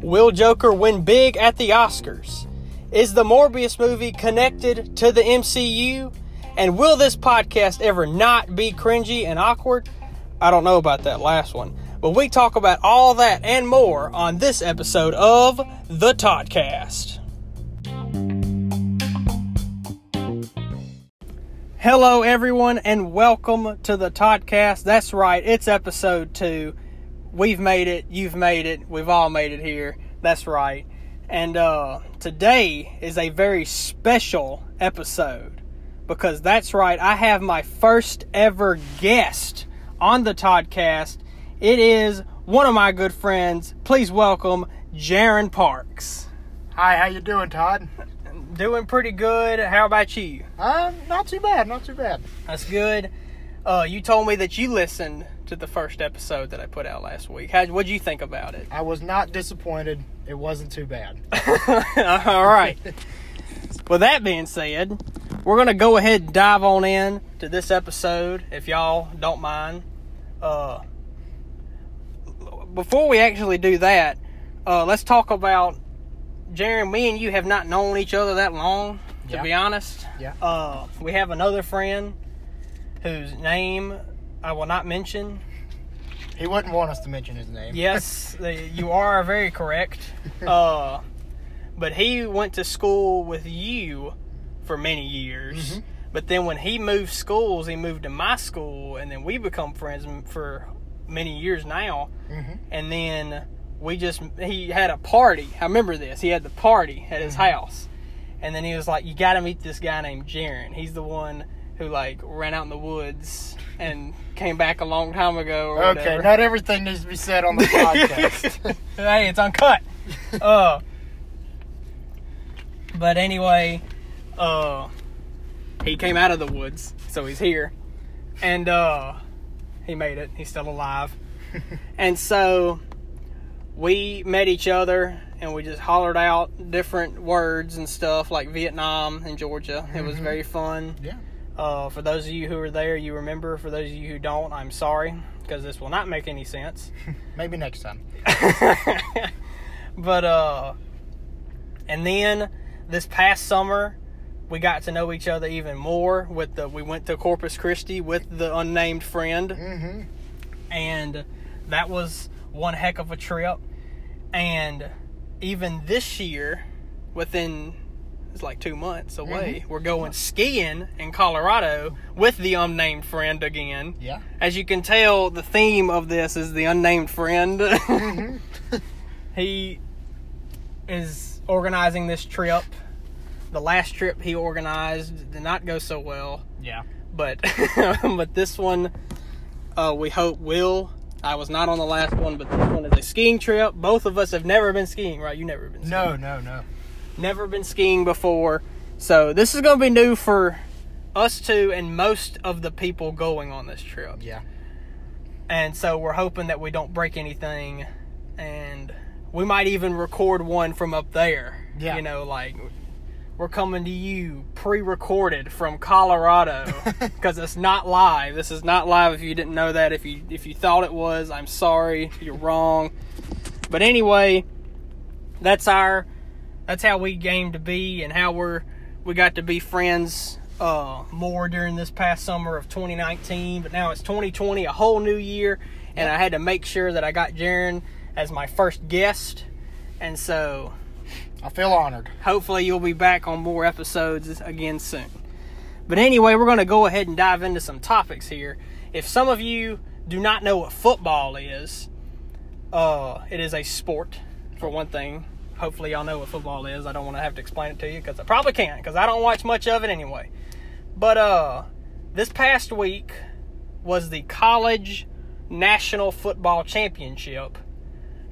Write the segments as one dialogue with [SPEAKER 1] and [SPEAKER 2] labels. [SPEAKER 1] Will Joker win big at the Oscars? Is the Morbius movie connected to the MCU? And will this podcast ever not be cringy and awkward? I don't know about that last one, but we talk about all that and more on this episode of The Toddcast. Hello, everyone, and welcome to the Toddcast. That's right, it's episode two. We've made it, you've made it, we've all made it here. That's right. And uh, today is a very special episode because that's right, I have my first ever guest on the Toddcast. It is one of my good friends. Please welcome Jaron Parks.
[SPEAKER 2] Hi, how you doing, Todd?
[SPEAKER 1] Doing pretty good. How about you?
[SPEAKER 2] Uh, not too bad, not too bad.
[SPEAKER 1] That's good. Uh, you told me that you listened to the first episode that I put out last week. How, what'd you think about it?
[SPEAKER 2] I was not disappointed. It wasn't too bad.
[SPEAKER 1] All right. With that being said, we're going to go ahead and dive on in to this episode, if y'all don't mind. Uh, before we actually do that, uh, let's talk about Jaron. Me and you have not known each other that long, to
[SPEAKER 2] Yeah.
[SPEAKER 1] be honest.
[SPEAKER 2] Yeah.
[SPEAKER 1] Uh, we have another friend whose name I will not mention.
[SPEAKER 2] He wouldn't want us to mention his name.
[SPEAKER 1] Yes, the- you are very correct. Uh, but he went to school with you for many years.
[SPEAKER 2] Mm-hmm.
[SPEAKER 1] But then when he moved schools, he moved to my school, and then we become friends m- for many years now.
[SPEAKER 2] Mhm.
[SPEAKER 1] And then we just he had a party. I remember this. He had the party at
[SPEAKER 2] Mm-hmm.
[SPEAKER 1] his house, and then he was like, "You got to meet this guy named Jaron. He's the one." Who like ran out in the woods and came back a long time ago? Or
[SPEAKER 2] Okay,
[SPEAKER 1] whatever
[SPEAKER 2] not everything needs to be said on the podcast.
[SPEAKER 1] hey, it's uncut. Uh, but anyway, uh, he came out of the woods, so he's here, and uh, he made it. He's still alive, and so we met each other and we just hollered out different words and stuff like Vietnam and Georgia. It was very fun.
[SPEAKER 2] yeah.
[SPEAKER 1] Uh, for those of you who are there, you remember. For those of you who don't, I'm sorry because this will not make any sense.
[SPEAKER 2] Maybe next time.
[SPEAKER 1] but uh and then this past summer we got to know each other even more with the we went to Corpus Christi with the unnamed friend
[SPEAKER 2] Mm-hmm.
[SPEAKER 1] and that was one heck of a trip and even this year within it's like 2 months away we're going skiing in Colorado with the unnamed friend again
[SPEAKER 2] Yeah.
[SPEAKER 1] as you can tell, the theme of this is the unnamed friend. Mm-hmm. he is organizing this trip. The last trip he organized did not go so well,
[SPEAKER 2] Yeah.
[SPEAKER 1] but but this one uh, we hope will. I was not on the last one, but this one is a skiing trip. Both of us have never been skiing, right? You never been skiing.
[SPEAKER 2] No, no, no.
[SPEAKER 1] never been skiing before. So this is going to be new for us two and most of the people going on this trip
[SPEAKER 2] Yeah.
[SPEAKER 1] and so we're hoping that we don't break anything and we might even record one from up there
[SPEAKER 2] Yeah.
[SPEAKER 1] you know like we're coming to you pre-recorded from colorado because it's not live this is not live if you didn't know that if you if you thought it was i'm sorry you're wrong but anyway that's our that's how we came to be and how we're we got to be friends uh more during this past summer of 2019 but now it's 2020 a whole new year and i had to make sure that i got Jaron as my first guest and so
[SPEAKER 2] I feel honored.
[SPEAKER 1] hopefully you'll be back on more episodes again soon. But anyway, we're going to go ahead and dive into some topics here. If some of you do not know what football is, uh, it is a sport for one thing. Hopefully y'all know what football is. I don't want to have to explain it to you because I probably can't because I don't watch much of it anyway. But uh, this past week was the college national football championship,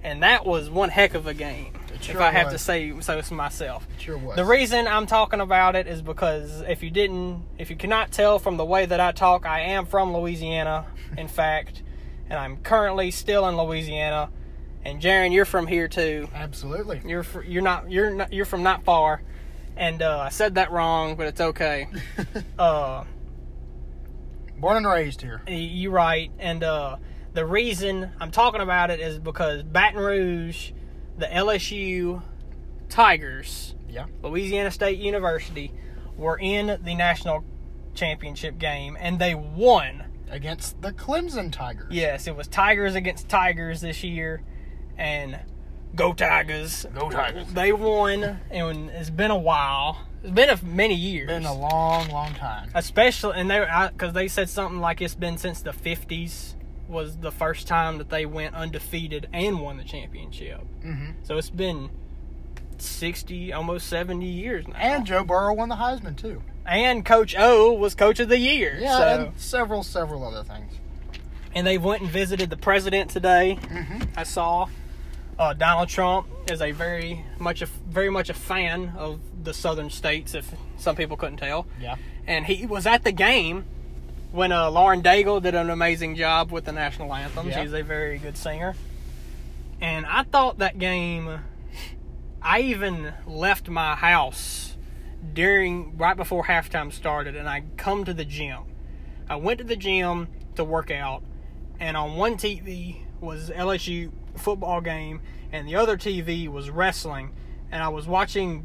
[SPEAKER 1] and that was one heck of a game. if
[SPEAKER 2] sure
[SPEAKER 1] I have
[SPEAKER 2] was.
[SPEAKER 1] to say so myself.
[SPEAKER 2] Sure was.
[SPEAKER 1] The reason I'm talking about it is because if you didn't, if you cannot tell from the way that I talk, I am from Louisiana, in fact, and I'm currently still in Louisiana. And Jaron, you're from here too.
[SPEAKER 2] Absolutely.
[SPEAKER 1] You're fr- you're not you're not, you're from not far, and uh, I said that wrong, but it's okay. uh,
[SPEAKER 2] Born and raised here.
[SPEAKER 1] You're right. And uh, the reason I'm talking about it is because Baton Rouge, the LSU Tigers,
[SPEAKER 2] Yeah.
[SPEAKER 1] Louisiana State University, were in the national championship game and they won.
[SPEAKER 2] Against the Clemson Tigers.
[SPEAKER 1] Yes, it was Tigers against Tigers this year. And go Tigers.
[SPEAKER 2] Go Tigers.
[SPEAKER 1] They won, and it's been a while. It's been a, many years.
[SPEAKER 2] Been a long, long time.
[SPEAKER 1] especially and they because they said something like it's been since the 50s was the first time that they went undefeated and won the championship
[SPEAKER 2] hmm
[SPEAKER 1] so it's been 60 almost 70 years now
[SPEAKER 2] And Joe Burrow won the Heisman too.
[SPEAKER 1] and coach o was coach of the year
[SPEAKER 2] Yeah,
[SPEAKER 1] so and,
[SPEAKER 2] and several, several other things.
[SPEAKER 1] they went and visited the president today
[SPEAKER 2] Mm-hmm.
[SPEAKER 1] i saw uh, donald trump is a very much a very much a fan of the southern states if some people couldn't tell
[SPEAKER 2] Yeah.
[SPEAKER 1] and he was at the game when uh, Lauren Daigle did an amazing job with the national anthem.
[SPEAKER 2] Yeah.
[SPEAKER 1] She's a very good singer. And I thought that game. I even left my house during right before halftime started, and I come to the gym. I went to the gym to work out, and on one TV was LSU football game, and the other TV was wrestling, and I was watching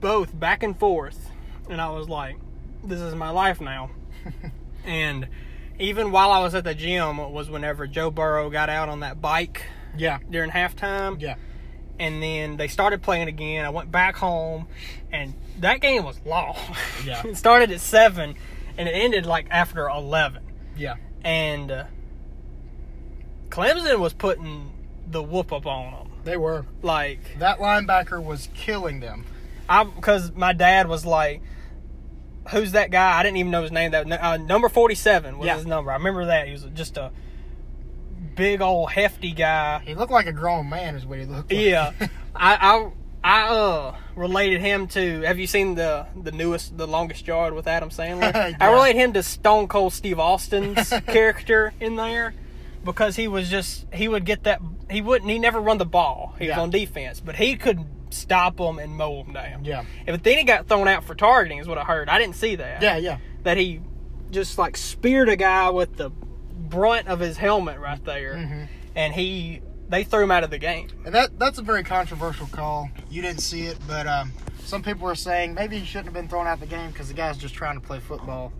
[SPEAKER 1] both back and forth, and I was like, "This is my life now." and even while I was at the gym was whenever Joe Burrow got out on that bike
[SPEAKER 2] Yeah.
[SPEAKER 1] during halftime,
[SPEAKER 2] Yeah.
[SPEAKER 1] and then they started playing again. I went back home, and that game was long.
[SPEAKER 2] Yeah.
[SPEAKER 1] it started at seven, and it ended like after eleven
[SPEAKER 2] Yeah.
[SPEAKER 1] and uh, Clemson was putting the whoop up on them.
[SPEAKER 2] They were.
[SPEAKER 1] Like
[SPEAKER 2] That linebacker was killing them.
[SPEAKER 1] I, because my dad was like, "Who's that guy?" I didn't even know his name. That uh, number forty-seven was
[SPEAKER 2] Yeah.
[SPEAKER 1] his number. I remember that. He was just a big old hefty guy.
[SPEAKER 2] He looked like a grown man, is what he looked like.
[SPEAKER 1] Yeah, I, I, I uh, related him to. Have you seen the the newest, the longest yard with Adam Sandler? I
[SPEAKER 2] Yeah.
[SPEAKER 1] relate him to Stone Cold Steve Austin's character in there because he was just he would get that he wouldn't he never run the ball. He was
[SPEAKER 2] Yeah.
[SPEAKER 1] on defense, but he could stop them and mow them down.
[SPEAKER 2] Yeah.
[SPEAKER 1] But then he got thrown out for targeting, is what I heard. I didn't see that
[SPEAKER 2] Yeah, yeah.
[SPEAKER 1] that he just like speared a guy with the brunt of his helmet right there,
[SPEAKER 2] Mhm.
[SPEAKER 1] and he they threw him out of the game.
[SPEAKER 2] And that that's a very controversial call. You didn't see it, but um, some people were saying maybe he shouldn't have been thrown out the game because the guy's just trying to play football.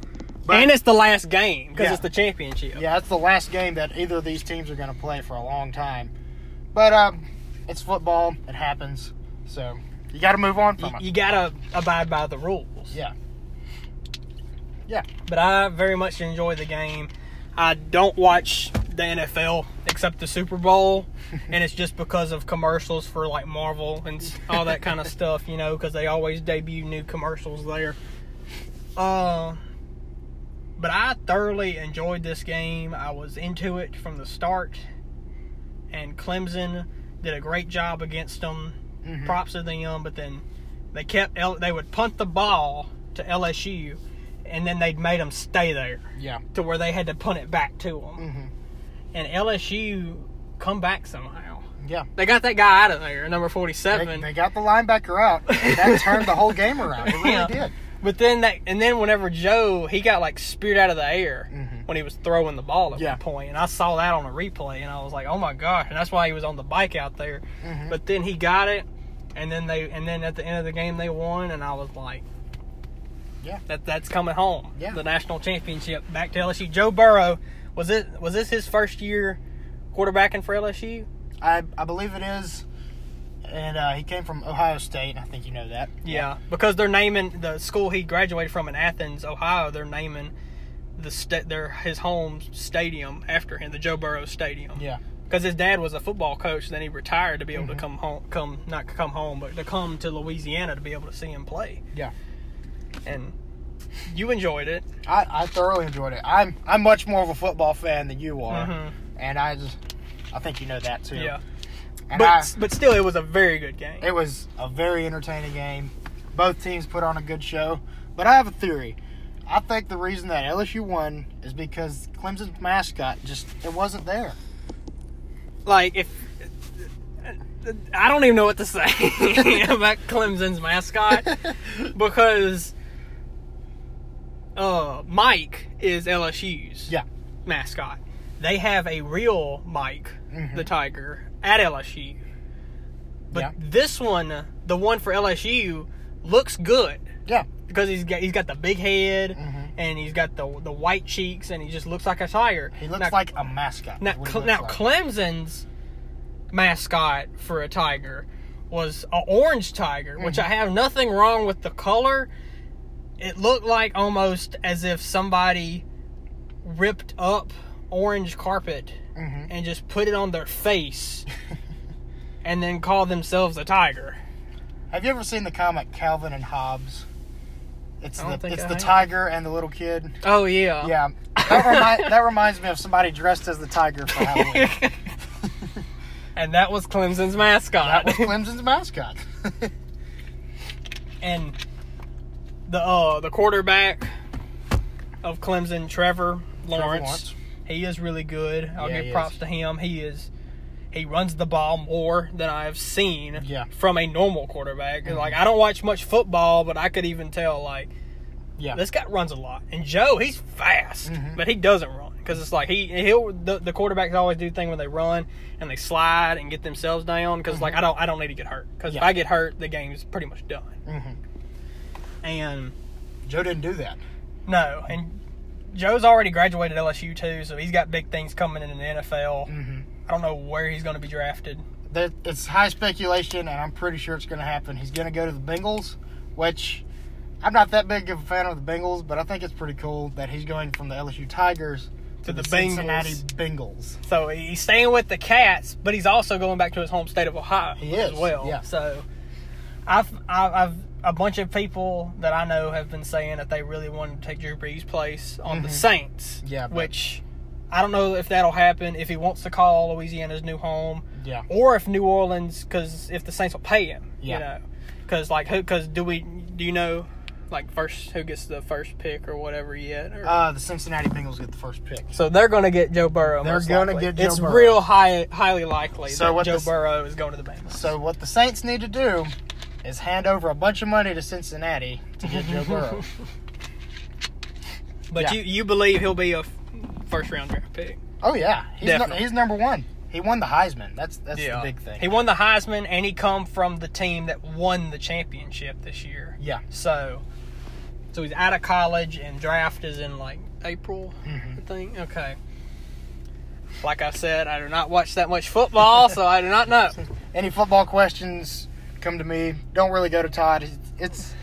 [SPEAKER 2] But,
[SPEAKER 1] and it's the last game because
[SPEAKER 2] Yeah.
[SPEAKER 1] it's the championship.
[SPEAKER 2] yeah, that's the last game that either of these teams are going to play for a long time. But um, it's football; it happens. So you got to move on
[SPEAKER 1] You,
[SPEAKER 2] from
[SPEAKER 1] you
[SPEAKER 2] it.
[SPEAKER 1] gotta abide by the rules.
[SPEAKER 2] Yeah,
[SPEAKER 1] But I very much enjoy the game. I don't watch the NFL except the Super Bowl, and it's just because of commercials for like Marvel and s- all that kind of stuff, you know, because they always debut new commercials there. Uh, but I thoroughly enjoyed this game. I was into it from the start, and Clemson did a great job against them.
[SPEAKER 2] Mhm.
[SPEAKER 1] Props to them, but then they kept L- they would punt the ball to LSU, and then they'd made them stay there
[SPEAKER 2] yeah,
[SPEAKER 1] to where they had to punt it back to them.
[SPEAKER 2] hmm
[SPEAKER 1] And LSU come back somehow.
[SPEAKER 2] yeah.
[SPEAKER 1] They got that guy out of there, number
[SPEAKER 2] They,
[SPEAKER 1] 47.
[SPEAKER 2] they got the linebacker out. and that turned the whole game around. It really
[SPEAKER 1] Yeah.
[SPEAKER 2] did.
[SPEAKER 1] But then that, and then whenever Joe, he got like speared out of the air
[SPEAKER 2] Mhm.
[SPEAKER 1] when he was throwing the ball at
[SPEAKER 2] Yeah.
[SPEAKER 1] one point, and I saw that on a replay, and I was like, oh my gosh, and that's why he was on the bike out there.
[SPEAKER 2] Mhm.
[SPEAKER 1] But then he got it, and then they, and then at the end of the game they won, and I was like,
[SPEAKER 2] Yeah.
[SPEAKER 1] that that's coming home.
[SPEAKER 2] Yeah.
[SPEAKER 1] the national championship back to LSU. Joe Burrow was it was this his first year quarterbacking for LSU?
[SPEAKER 2] I I believe it is, and uh, he came from Ohio State. I think you know that.
[SPEAKER 1] Yeah, because they're naming the school he graduated from in Athens, Ohio. They're naming the sta- their his home stadium after him, the Joe Burrow Stadium.
[SPEAKER 2] Yeah. Mm-hmm.
[SPEAKER 1] because his dad was a football coach. Then he retired to be able to come home, come not come home, but to come to Louisiana to be able to see him play.
[SPEAKER 2] Yeah.
[SPEAKER 1] And you enjoyed it.
[SPEAKER 2] I, I thoroughly enjoyed it. I'm I'm much more of a football fan than you are,
[SPEAKER 1] Mhm.
[SPEAKER 2] and I just I think you know that too.
[SPEAKER 1] Yeah,
[SPEAKER 2] and
[SPEAKER 1] but
[SPEAKER 2] I,
[SPEAKER 1] but still, it was a very good game.
[SPEAKER 2] it was a very entertaining game. Both teams put on a good show, but I have a theory. I think the reason that LSU won is because Clemson's mascot just it wasn't there.
[SPEAKER 1] like if I don't even know what to say about Clemson's mascot because uh, Mike is LSU's
[SPEAKER 2] Yeah.
[SPEAKER 1] mascot. They have a real Mike
[SPEAKER 2] Mhm.
[SPEAKER 1] the Tiger at LSU. But
[SPEAKER 2] Yeah.
[SPEAKER 1] this one, the one for LSU, looks good
[SPEAKER 2] Yeah.
[SPEAKER 1] because he's got he's got the big head
[SPEAKER 2] Mhm.
[SPEAKER 1] and he's got the the white cheeks and he just looks like a tiger.
[SPEAKER 2] He looks
[SPEAKER 1] Now-
[SPEAKER 2] like a mascot. is
[SPEAKER 1] now,
[SPEAKER 2] what he
[SPEAKER 1] Cle-
[SPEAKER 2] looks
[SPEAKER 1] now
[SPEAKER 2] like.
[SPEAKER 1] Clemson's mascot for a tiger was a orange tiger, which I have nothing wrong with the color. It looked like almost as if somebody ripped up orange carpet
[SPEAKER 2] Mhm.
[SPEAKER 1] and just put it on their face and then called themselves a tiger.
[SPEAKER 2] Have you ever seen the comic Calvin and Hobbes? It's
[SPEAKER 1] I don't
[SPEAKER 2] the
[SPEAKER 1] think
[SPEAKER 2] it's
[SPEAKER 1] I
[SPEAKER 2] the
[SPEAKER 1] have.
[SPEAKER 2] tiger and the little kid.
[SPEAKER 1] Oh yeah.
[SPEAKER 2] Yeah, that, remi- that reminds me of somebody dressed as the tiger for Halloween.
[SPEAKER 1] and that was Clemson's mascot.
[SPEAKER 2] that was Clemson's mascot.
[SPEAKER 1] and the uh the quarterback of Clemson, Trevor Lawrence,
[SPEAKER 2] Lawrence.
[SPEAKER 1] he is really good. I'll
[SPEAKER 2] Yeah, he
[SPEAKER 1] give
[SPEAKER 2] is.
[SPEAKER 1] props to him. He is he runs the ball more than I have seen
[SPEAKER 2] Yeah. Mm-hmm.
[SPEAKER 1] from a normal quarterback. Like I don't watch much football, but I could even tell like
[SPEAKER 2] yeah,
[SPEAKER 1] this guy runs a lot. And Joe, he's fast,
[SPEAKER 2] Mhm.
[SPEAKER 1] but he doesn't run because it's like he he'll the, the quarterbacks always do the thing when they run and they slide and get themselves down because like I don't I don't need to get hurt because if
[SPEAKER 2] Mm-hmm. Yeah.
[SPEAKER 1] I get hurt the game's pretty much done.
[SPEAKER 2] Mhm.
[SPEAKER 1] And
[SPEAKER 2] Joe didn't do that.
[SPEAKER 1] no, and Joe's already graduated LSU too, so he's got big things coming in the NFL.
[SPEAKER 2] Mm-hmm.
[SPEAKER 1] I don't know where he's going to be drafted.
[SPEAKER 2] That it's high speculation, and I'm pretty sure it's going to happen. He's going to go to the Bengals, which I'm not that big of a fan of the Bengals, but I think it's pretty cool that he's going from the LSU Tigers
[SPEAKER 1] To the
[SPEAKER 2] Cincinnati Bengals.
[SPEAKER 1] So he's staying with the Cats, but he's also going back to his home state of Ohio
[SPEAKER 2] He
[SPEAKER 1] as
[SPEAKER 2] is,
[SPEAKER 1] well.
[SPEAKER 2] yeah.
[SPEAKER 1] So I've, I've I've a bunch of people that I know have been saying that they really wanted to take Drew Brees' place on the
[SPEAKER 2] Mhm.
[SPEAKER 1] Saints.
[SPEAKER 2] Yeah, but-
[SPEAKER 1] Which I don't know if that'll happen. If he wants to call Louisiana's new home,
[SPEAKER 2] Yeah,
[SPEAKER 1] or if New Orleans, because if the Saints will pay him,
[SPEAKER 2] Yeah.
[SPEAKER 1] you know, because like who? Because do we? Do you know, like first who gets the first pick or whatever yet? Or,
[SPEAKER 2] uh, the Cincinnati Bengals get the first pick.
[SPEAKER 1] so they're gonna get Joe Burrow.
[SPEAKER 2] They're
[SPEAKER 1] most
[SPEAKER 2] gonna
[SPEAKER 1] likely.
[SPEAKER 2] get Joe
[SPEAKER 1] it's
[SPEAKER 2] Burrow.
[SPEAKER 1] real high, highly likely
[SPEAKER 2] So
[SPEAKER 1] that
[SPEAKER 2] what
[SPEAKER 1] Joe
[SPEAKER 2] this-
[SPEAKER 1] Burrow is going to the Bengals.
[SPEAKER 2] So what the Saints need to do is hand over a bunch of money to Cincinnati to get Joe Burrow.
[SPEAKER 1] but
[SPEAKER 2] yeah.
[SPEAKER 1] you you believe he'll be a f- first round draft pick?
[SPEAKER 2] Oh yeah, he's nu-
[SPEAKER 1] Definitely.
[SPEAKER 2] he's number one. He won the Heisman. That's that's the big thing.
[SPEAKER 1] He won the Heisman, and he come from the team that won the championship this year.
[SPEAKER 2] yeah,
[SPEAKER 1] So, so he's out of college, and draft is in like April,
[SPEAKER 2] Mhm.
[SPEAKER 1] I think. Okay. Like I said, I do not watch that much football, so I do not know.
[SPEAKER 2] any football questions come to me. Don't really go to Todd. It's, it's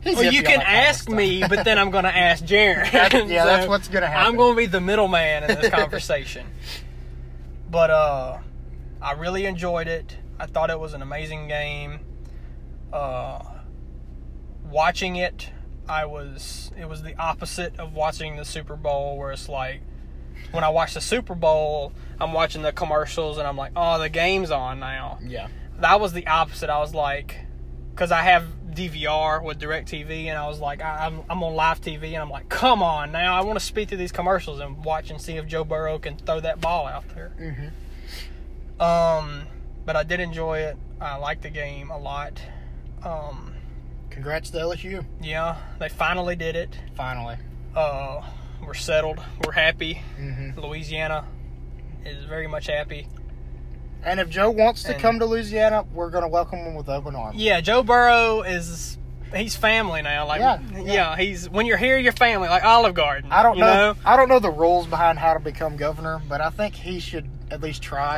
[SPEAKER 2] he's
[SPEAKER 1] Well,
[SPEAKER 2] iffy
[SPEAKER 1] you
[SPEAKER 2] on
[SPEAKER 1] can
[SPEAKER 2] that kind of
[SPEAKER 1] ask
[SPEAKER 2] stuff.
[SPEAKER 1] me, but then I'm going to ask Jared.
[SPEAKER 2] That- yeah, that's what's gonna happen.
[SPEAKER 1] I'm going to be the middleman in this conversation. but uh, I really enjoyed it. I thought it was an amazing game. Uh, watching it, I was it was the opposite of watching the Super Bowl, where it's like when I watch the Super Bowl, I'm watching the commercials and I'm like, oh, the game's on now
[SPEAKER 2] Yeah,
[SPEAKER 1] that was the opposite. I was like, because I have DVR with DirecTV, and I was like, I, I'm, I'm on live TV, and I'm like, come on now, I want to speed through these commercials and watch and see if Joe Burrow can throw that ball out there.
[SPEAKER 2] Mhm.
[SPEAKER 1] Um, but I did enjoy it. I liked the game a lot. Um,
[SPEAKER 2] congrats to LSU.
[SPEAKER 1] yeah, they finally did it.
[SPEAKER 2] Finally,
[SPEAKER 1] Uh, we're settled. We're happy.
[SPEAKER 2] hmm
[SPEAKER 1] Louisiana is very much happy.
[SPEAKER 2] and if Joe wants to
[SPEAKER 1] And-
[SPEAKER 2] come to Louisiana, we're gonna welcome him with open arms.
[SPEAKER 1] Yeah, Joe Burrow is he's family now. Like
[SPEAKER 2] Yeah,
[SPEAKER 1] yeah,
[SPEAKER 2] yeah.
[SPEAKER 1] he's when you're here you're family, like Olive Garden.
[SPEAKER 2] I don't
[SPEAKER 1] you
[SPEAKER 2] know, I don't know the rules behind how to become governor, but I think he should at least try.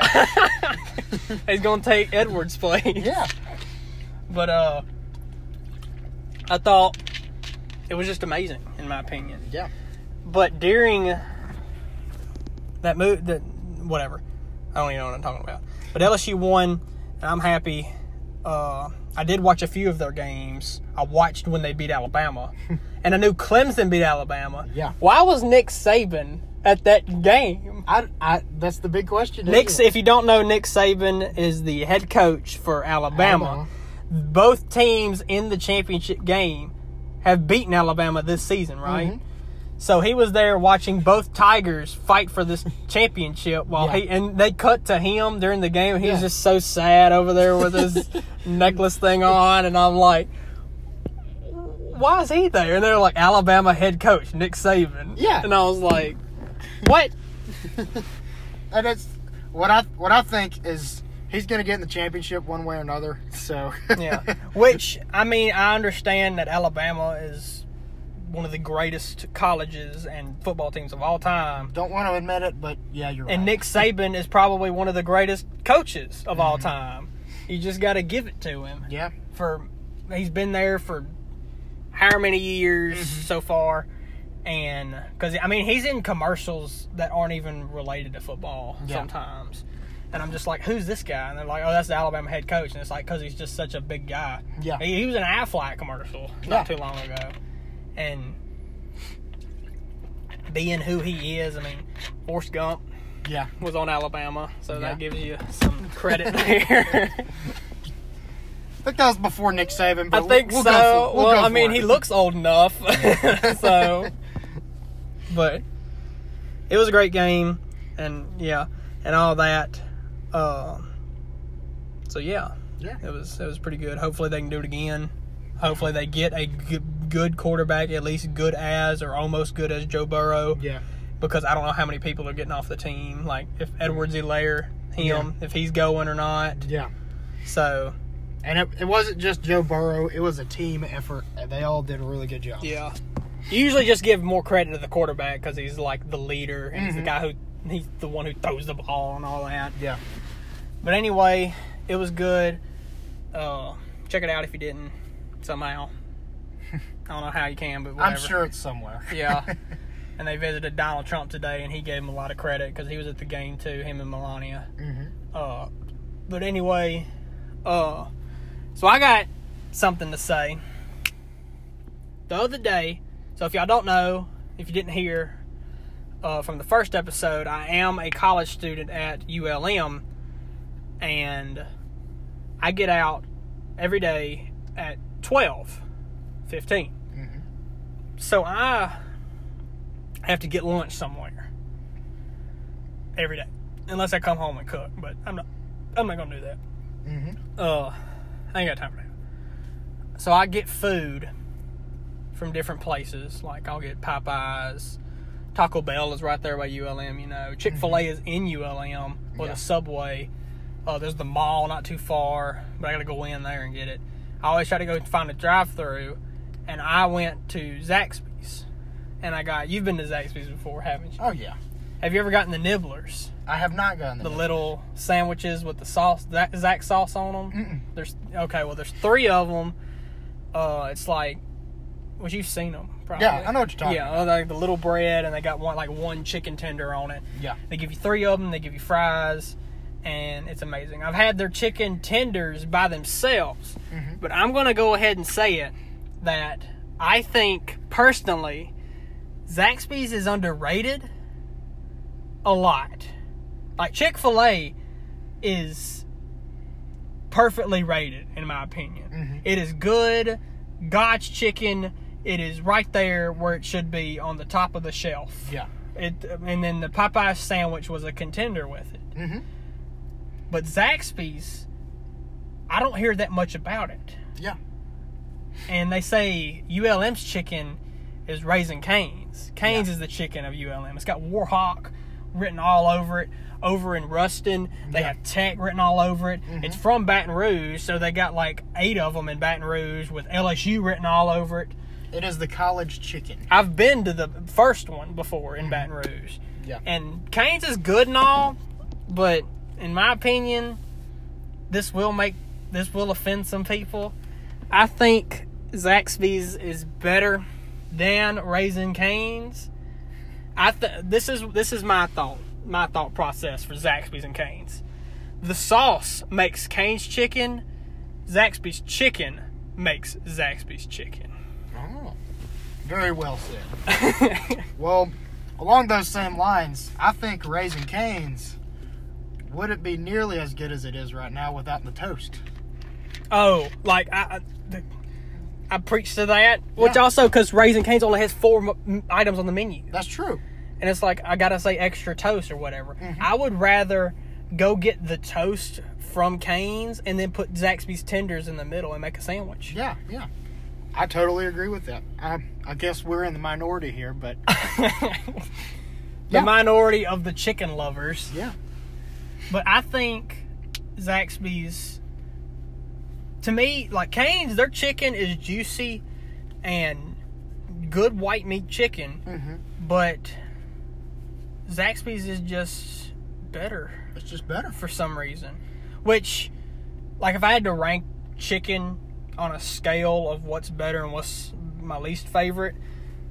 [SPEAKER 1] he's gonna take Edwards' place.
[SPEAKER 2] yeah,
[SPEAKER 1] But uh I thought it was just amazing in my opinion.
[SPEAKER 2] yeah.
[SPEAKER 1] But during that move that whatever. I don't even know what I'm talking about. But LSU won and I'm happy. Uh I did watch a few of their games. I watched when they beat Alabama. and I knew Clemson beat Alabama.
[SPEAKER 2] Yeah.
[SPEAKER 1] Why was Nick Saban at that game?
[SPEAKER 2] I, I that's the big question. isn't
[SPEAKER 1] Nick,
[SPEAKER 2] it?
[SPEAKER 1] if you don't know, Nick Saban is the head coach for Alabama. Both teams in the championship game have beaten Alabama this season, right?
[SPEAKER 2] Mm-hmm.
[SPEAKER 1] So he was there watching both Tigers fight for this championship while
[SPEAKER 2] Yeah.
[SPEAKER 1] he and they cut to him during the game. He was
[SPEAKER 2] Yeah.
[SPEAKER 1] just so sad over there with his necklace thing on, and I'm like, why is he there? And they're like, Alabama head coach Nick Saban.
[SPEAKER 2] Yeah.
[SPEAKER 1] And I was like, what?
[SPEAKER 2] and it's what I what I think is he's going to get in the championship one way or another. So
[SPEAKER 1] yeah. Which I mean, I understand that Alabama is one of the greatest colleges and football teams of all time.
[SPEAKER 2] don't want to admit it, but yeah, you're
[SPEAKER 1] And
[SPEAKER 2] right.
[SPEAKER 1] Nick Saban is probably one of the greatest coaches of all time. You just got to give it to him.
[SPEAKER 2] yeah,
[SPEAKER 1] For he's been there for how many years
[SPEAKER 2] Mm-hmm.
[SPEAKER 1] so far, and because I mean he's in commercials that aren't even related to football
[SPEAKER 2] Yeah.
[SPEAKER 1] sometimes, and I'm just like, who's this guy? And they're like, oh, that's the Alabama head coach, and it's like because he's just such a big guy.
[SPEAKER 2] Yeah.
[SPEAKER 1] he, he was in an Aflac commercial
[SPEAKER 2] Yeah.
[SPEAKER 1] not too long ago, and being who he is, I mean, Forrest Gump
[SPEAKER 2] yeah.
[SPEAKER 1] was on Alabama, so
[SPEAKER 2] Yeah.
[SPEAKER 1] that gives you some credit there.
[SPEAKER 2] I think that was before Nick Saban. But
[SPEAKER 1] I think
[SPEAKER 2] we'll- we'll
[SPEAKER 1] so.
[SPEAKER 2] go for- we'll
[SPEAKER 1] well,
[SPEAKER 2] go
[SPEAKER 1] I
[SPEAKER 2] for
[SPEAKER 1] mean,
[SPEAKER 2] it.
[SPEAKER 1] he looks old enough, so. But it was a great game, and yeah, and all that. Um, so yeah,
[SPEAKER 2] Yeah.
[SPEAKER 1] it was it was pretty good. Hopefully they can do it again. Hopefully they get a g- good quarterback, at least good as or almost good as Joe Burrow
[SPEAKER 2] Yeah.
[SPEAKER 1] because I don't know how many people are getting off the team. Like if Edwards Elaire, him, if he's going or not.
[SPEAKER 2] Yeah.
[SPEAKER 1] So
[SPEAKER 2] And it, it wasn't just Joe Burrow; it was a team effort, and they all did a really good job.
[SPEAKER 1] yeah, you usually just give more credit to the quarterback because he's like the leader and
[SPEAKER 2] Mm-hmm.
[SPEAKER 1] he's the guy who he's the one who throws the ball and all that.
[SPEAKER 2] Yeah.
[SPEAKER 1] But anyway, it was good. Uh, check it out if you didn't somehow. I don't know how you can, but whatever.
[SPEAKER 2] I'm sure it's somewhere.
[SPEAKER 1] Yeah. And they visited Donald Trump today, and he gave him a lot of credit because he was at the game too, him and Melania.
[SPEAKER 2] hmm
[SPEAKER 1] Uh, but anyway, uh, so I got something to say. The other day, so if y'all don't know, if you didn't hear uh, from the first episode, I am a college student at ULM, and I get out every day at 12, 15.
[SPEAKER 2] Mhm.
[SPEAKER 1] So I have to get lunch somewhere every day, unless I come home and cook. But I'm not, I'm not gonna do that.
[SPEAKER 2] hmm
[SPEAKER 1] Uh, I ain't got time for that. So I get food from different places. Like I'll get Popeyes, Taco Bell is right there by ULM. You know, Chick Fil A is in ULM or
[SPEAKER 2] Mm-hmm. Yeah.
[SPEAKER 1] the Subway. Uh, there's the mall not too far, but I gotta go in there and get it. I always try to go find a drive-through, and I went to Zaxby's, and I got. You've been to Zaxby's before, haven't you?
[SPEAKER 2] Oh yeah.
[SPEAKER 1] Have you ever gotten the nibblers?
[SPEAKER 2] I have not gotten
[SPEAKER 1] the
[SPEAKER 2] the
[SPEAKER 1] little sandwiches with the sauce, that Zach sauce on them. There's okay, well, there's three of them. Uh, it's like, well, you've seen them, probably.
[SPEAKER 2] Yeah, I know what you're talking
[SPEAKER 1] Yeah, like the little bread, and they got one like one chicken tender on it.
[SPEAKER 2] Yeah.
[SPEAKER 1] They give you three of them. They give you fries, and it's amazing. I've had their chicken tenders by themselves,
[SPEAKER 2] Mm-hmm.
[SPEAKER 1] but I'm gonna go ahead and say it that I think personally, Zaxby's is underrated a lot. Like Chick Fil A is perfectly rated in my opinion. It is good, God's chicken. It is right there where it should be on the top of the shelf.
[SPEAKER 2] Yeah.
[SPEAKER 1] It and then the Popeye sandwich was a contender with it.
[SPEAKER 2] hmm
[SPEAKER 1] But Zaxby's, I don't hear that much about it.
[SPEAKER 2] Yeah.
[SPEAKER 1] And they say ULM's chicken is Raisin Cane's. Cane's is the chicken of ULM. It's got Warhawk written all over it. Over in Ruston, they
[SPEAKER 2] Yeah.
[SPEAKER 1] have Tech written all over it. It's from Baton Rouge, so they got like eight of them in Baton Rouge with LSU written all over it.
[SPEAKER 2] It is the college chicken.
[SPEAKER 1] I've been to the first one before in Baton Rouge.
[SPEAKER 2] Yeah.
[SPEAKER 1] And Canes is good and all, but in my opinion, this will make this will offend some people. I think Zaxby's is better than Raisin Canes. I th- this is this is my thought my thought process for Zaxby's and Canes. The sauce makes Canes chicken. Zaxby's chicken makes Zaxby's chicken.
[SPEAKER 2] Oh, very well said. well, along those same lines, I think Raising Canes wouldn't be nearly as good as it is right now without the toast.
[SPEAKER 1] Oh, like I, I, the- I preach to that, which
[SPEAKER 2] Yeah.
[SPEAKER 1] also because Raising Cane's only has four m- m- items on the menu,
[SPEAKER 2] That's true.
[SPEAKER 1] and it's like I gotta say extra toast or whatever.
[SPEAKER 2] Mm-hmm.
[SPEAKER 1] I would rather go get the toast from Cane's and then put Zaxby's tenders in the middle and make a sandwich.
[SPEAKER 2] Yeah, yeah. I totally agree with that. I I guess we're in the minority here, but
[SPEAKER 1] the
[SPEAKER 2] Yeah.
[SPEAKER 1] minority of the chicken lovers.
[SPEAKER 2] yeah,
[SPEAKER 1] But I think Zaxby's, to me, like Cane's, their chicken is juicy and good white meat chicken,
[SPEAKER 2] mm-hmm.
[SPEAKER 1] but Zaxby's is just better
[SPEAKER 2] it's just better.
[SPEAKER 1] for some reason. Which, like, if I had to rank chicken on a scale of what's better and what's my least favorite,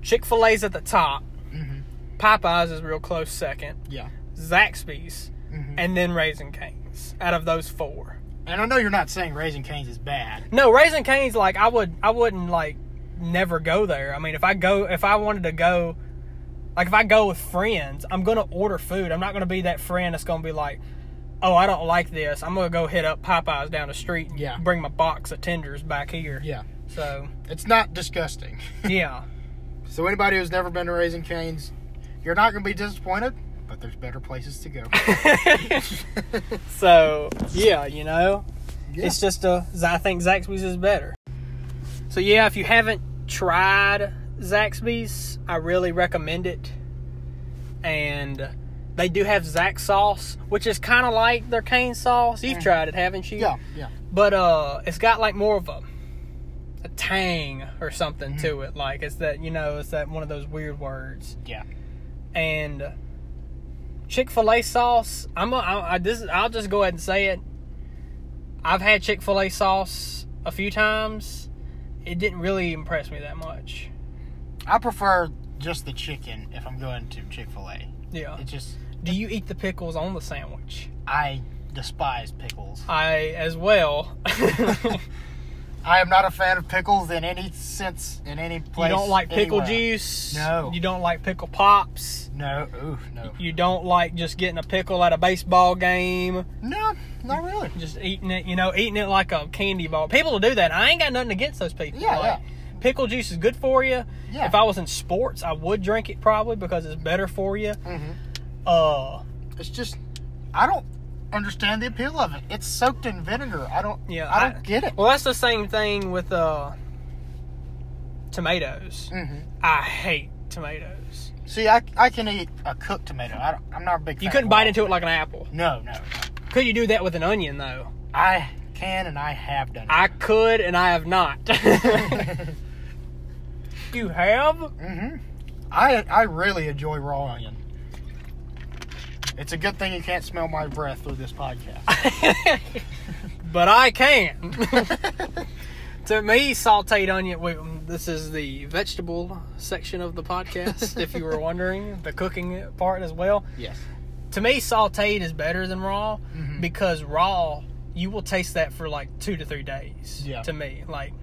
[SPEAKER 1] Chick fil A's at the top,
[SPEAKER 2] Mm-hmm.
[SPEAKER 1] Popeyes is real close second,
[SPEAKER 2] Yeah,
[SPEAKER 1] Zaxby's,
[SPEAKER 2] Mhm.
[SPEAKER 1] and then Raising Cane's out of those four.
[SPEAKER 2] and I know you're not saying Raising Canes is bad.
[SPEAKER 1] No, Raising Cane's, like, I, would, I wouldn't, like, never go there. I mean, if I go, if I wanted to go, like, if I go with friends, I'm going to order food. I'm not going to be that friend that's going to be like, oh, I don't like this. I'm going to go hit up Popeyes down the street and
[SPEAKER 2] Yeah.
[SPEAKER 1] bring my box of tenders back here.
[SPEAKER 2] Yeah,
[SPEAKER 1] So,
[SPEAKER 2] it's not disgusting.
[SPEAKER 1] yeah.
[SPEAKER 2] So anybody who's never been to Raising Canes, you're not gonna be disappointed. But there's better places to go.
[SPEAKER 1] so yeah, you know,
[SPEAKER 2] Yeah.
[SPEAKER 1] it's just a. I think Zaxby's is better. So yeah, if you haven't tried Zaxby's, I really recommend it. And they do have Zax sauce, which is kind of like their cane sauce. You've tried it, haven't you?
[SPEAKER 2] Mm. yeah, yeah.
[SPEAKER 1] But uh, it's got like more of a a tang or something to it. Like it's that you know, it's that one of those weird words
[SPEAKER 2] Mm-hmm. Yeah.
[SPEAKER 1] and Chick Fil A sauce. I'm a, I, I, this. is- I'll just go ahead and say it. I've had Chick Fil A sauce a few times. It didn't really impress me that much.
[SPEAKER 2] I prefer just the chicken if I'm going to Chick Fil A.
[SPEAKER 1] Yeah.
[SPEAKER 2] It just
[SPEAKER 1] Do you eat the pickles on the sandwich?
[SPEAKER 2] I despise pickles.
[SPEAKER 1] I as well. you
[SPEAKER 2] I am not a fan of pickles in any sense in any place.
[SPEAKER 1] don't like pickle
[SPEAKER 2] anywhere.
[SPEAKER 1] juice.
[SPEAKER 2] No.
[SPEAKER 1] You don't like pickle pops.
[SPEAKER 2] No, ooh, no,
[SPEAKER 1] You don't like just getting a pickle at a baseball game.
[SPEAKER 2] no, not really.
[SPEAKER 1] just eating it, you know, eating it like a candy bar. People will do that. I ain't got nothing against those people.
[SPEAKER 2] Yeah,
[SPEAKER 1] Like, Pickle juice is good for you.
[SPEAKER 2] Yeah.
[SPEAKER 1] If I was in sports, I would drink it probably because it's better for you.
[SPEAKER 2] Mhm.
[SPEAKER 1] Uh,
[SPEAKER 2] It's just I don't understand the appeal of it. It's soaked in vinegar. I don't.
[SPEAKER 1] Yeah,
[SPEAKER 2] I don't
[SPEAKER 1] I-
[SPEAKER 2] get it.
[SPEAKER 1] well, that's the same thing with uh, tomatoes.
[SPEAKER 2] hmm
[SPEAKER 1] I hate tomatoes.
[SPEAKER 2] See, I, I can eat a cooked tomato. I don't, I'm not a big.
[SPEAKER 1] You
[SPEAKER 2] fan
[SPEAKER 1] couldn't
[SPEAKER 2] of
[SPEAKER 1] bite
[SPEAKER 2] raw
[SPEAKER 1] into it like an apple.
[SPEAKER 2] No, no, no.
[SPEAKER 1] Could you do that with an onion though?
[SPEAKER 2] I can and I have done.
[SPEAKER 1] I could, and I have not.
[SPEAKER 2] it.
[SPEAKER 1] you have?
[SPEAKER 2] hmm I I really enjoy raw onion. It's a good thing you can't smell my breath through this podcast.
[SPEAKER 1] but I can. to me, sauteed onion. Wait, this is the vegetable section of the podcast. if you were wondering, the cooking part as well.
[SPEAKER 2] yes.
[SPEAKER 1] To me, sauteed is better than raw
[SPEAKER 2] Mhm.
[SPEAKER 1] because raw you will taste that for like two to three days.
[SPEAKER 2] Yeah.
[SPEAKER 1] To me, like,